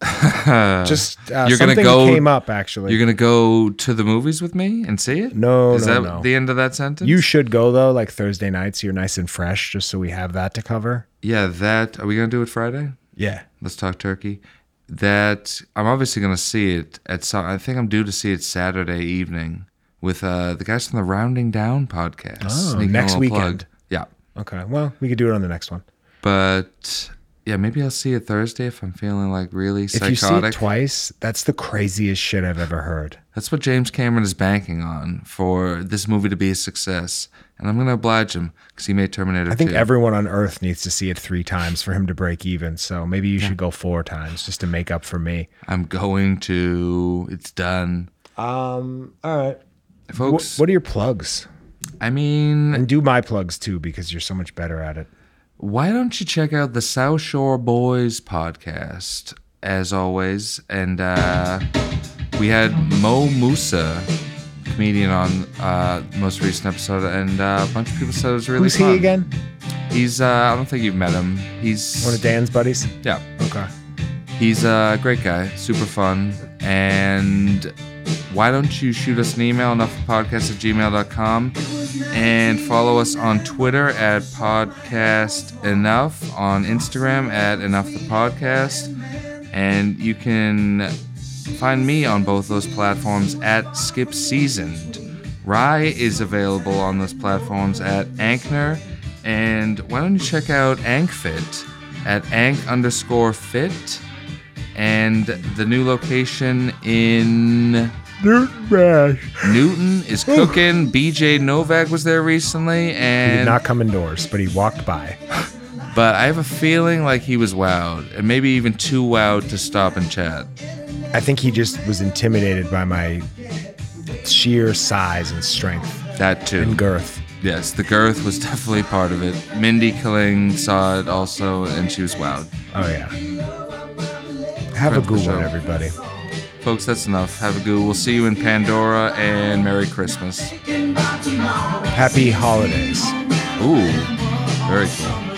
Just uh,
You're gonna
something
go-
came up actually.
You're gonna go to the movies with me and see it?
No,
Is
no,
that
no.
the end of that sentence?
you should go though, like Thursday night, so you're nice and fresh, just so we have that to cover.
yeah. That are we gonna do it Friday?
Yeah.
Let's talk turkey. That I'm obviously gonna see it at some. I think I'm due to see it Saturday evening with uh, the guys from the Rounding Down podcast.
Oh,
Sneaking a
next
little
weekend.
Yeah,
Okay. Well, we could do it on the next one.
but yeah, maybe I'll see it Thursday if I'm feeling like really
If you see it
psychotic.
twice, that's the craziest shit I've ever heard.
That's what James Cameron is banking on for this movie to be a success, and I'm gonna oblige him because he made Terminator.
I think
2.
everyone on Earth needs to see it three times for him to break even. So maybe you should go four times just to make up for me.
I'm going to. It's done,
Um. All right. What,
folks.
what are your plugs?
I mean,
And do my plugs too, because you're so much better at it.
why don't you check out the South Shore Boys podcast, as always? And uh, we had Mo Musa, comedian, on uh, most recent episode, and uh, a bunch of people said it was really
Who's
fun.
he again?
He's. Uh, I don't think you've met him. He's.
One of Dan's buddies.
yeah.
Okay.
He's a great guy, super fun. And why don't you shoot us an email, enoughpodcast at gmail.com, and follow us on Twitter at podcast enough, on Instagram at enough the podcast. And you can find me on both those platforms at skip seasoned. Rye is available on those platforms at Ankner. And why don't you check out AnkFit at Ank underscore fit and the new location in
Newton Bash.
Newton is cooking. BJ Novak was there recently,
He did
and
not come indoors, but he walked by.
but I have a feeling like he was wowed, and maybe even too wowed to stop and chat.
I think he just was intimidated by my sheer size and strength
That too.
and girth.
Yes, the girth was [laughs] definitely part of it. Mindy Killing saw it also, and she was wowed.
Oh yeah. Have
Friend
a
of the
good
show.
one, everybody.
Folks, that's enough. Have a good. We'll see you in Pandora, and Merry Christmas.
Happy holidays.
Ooh, very cool.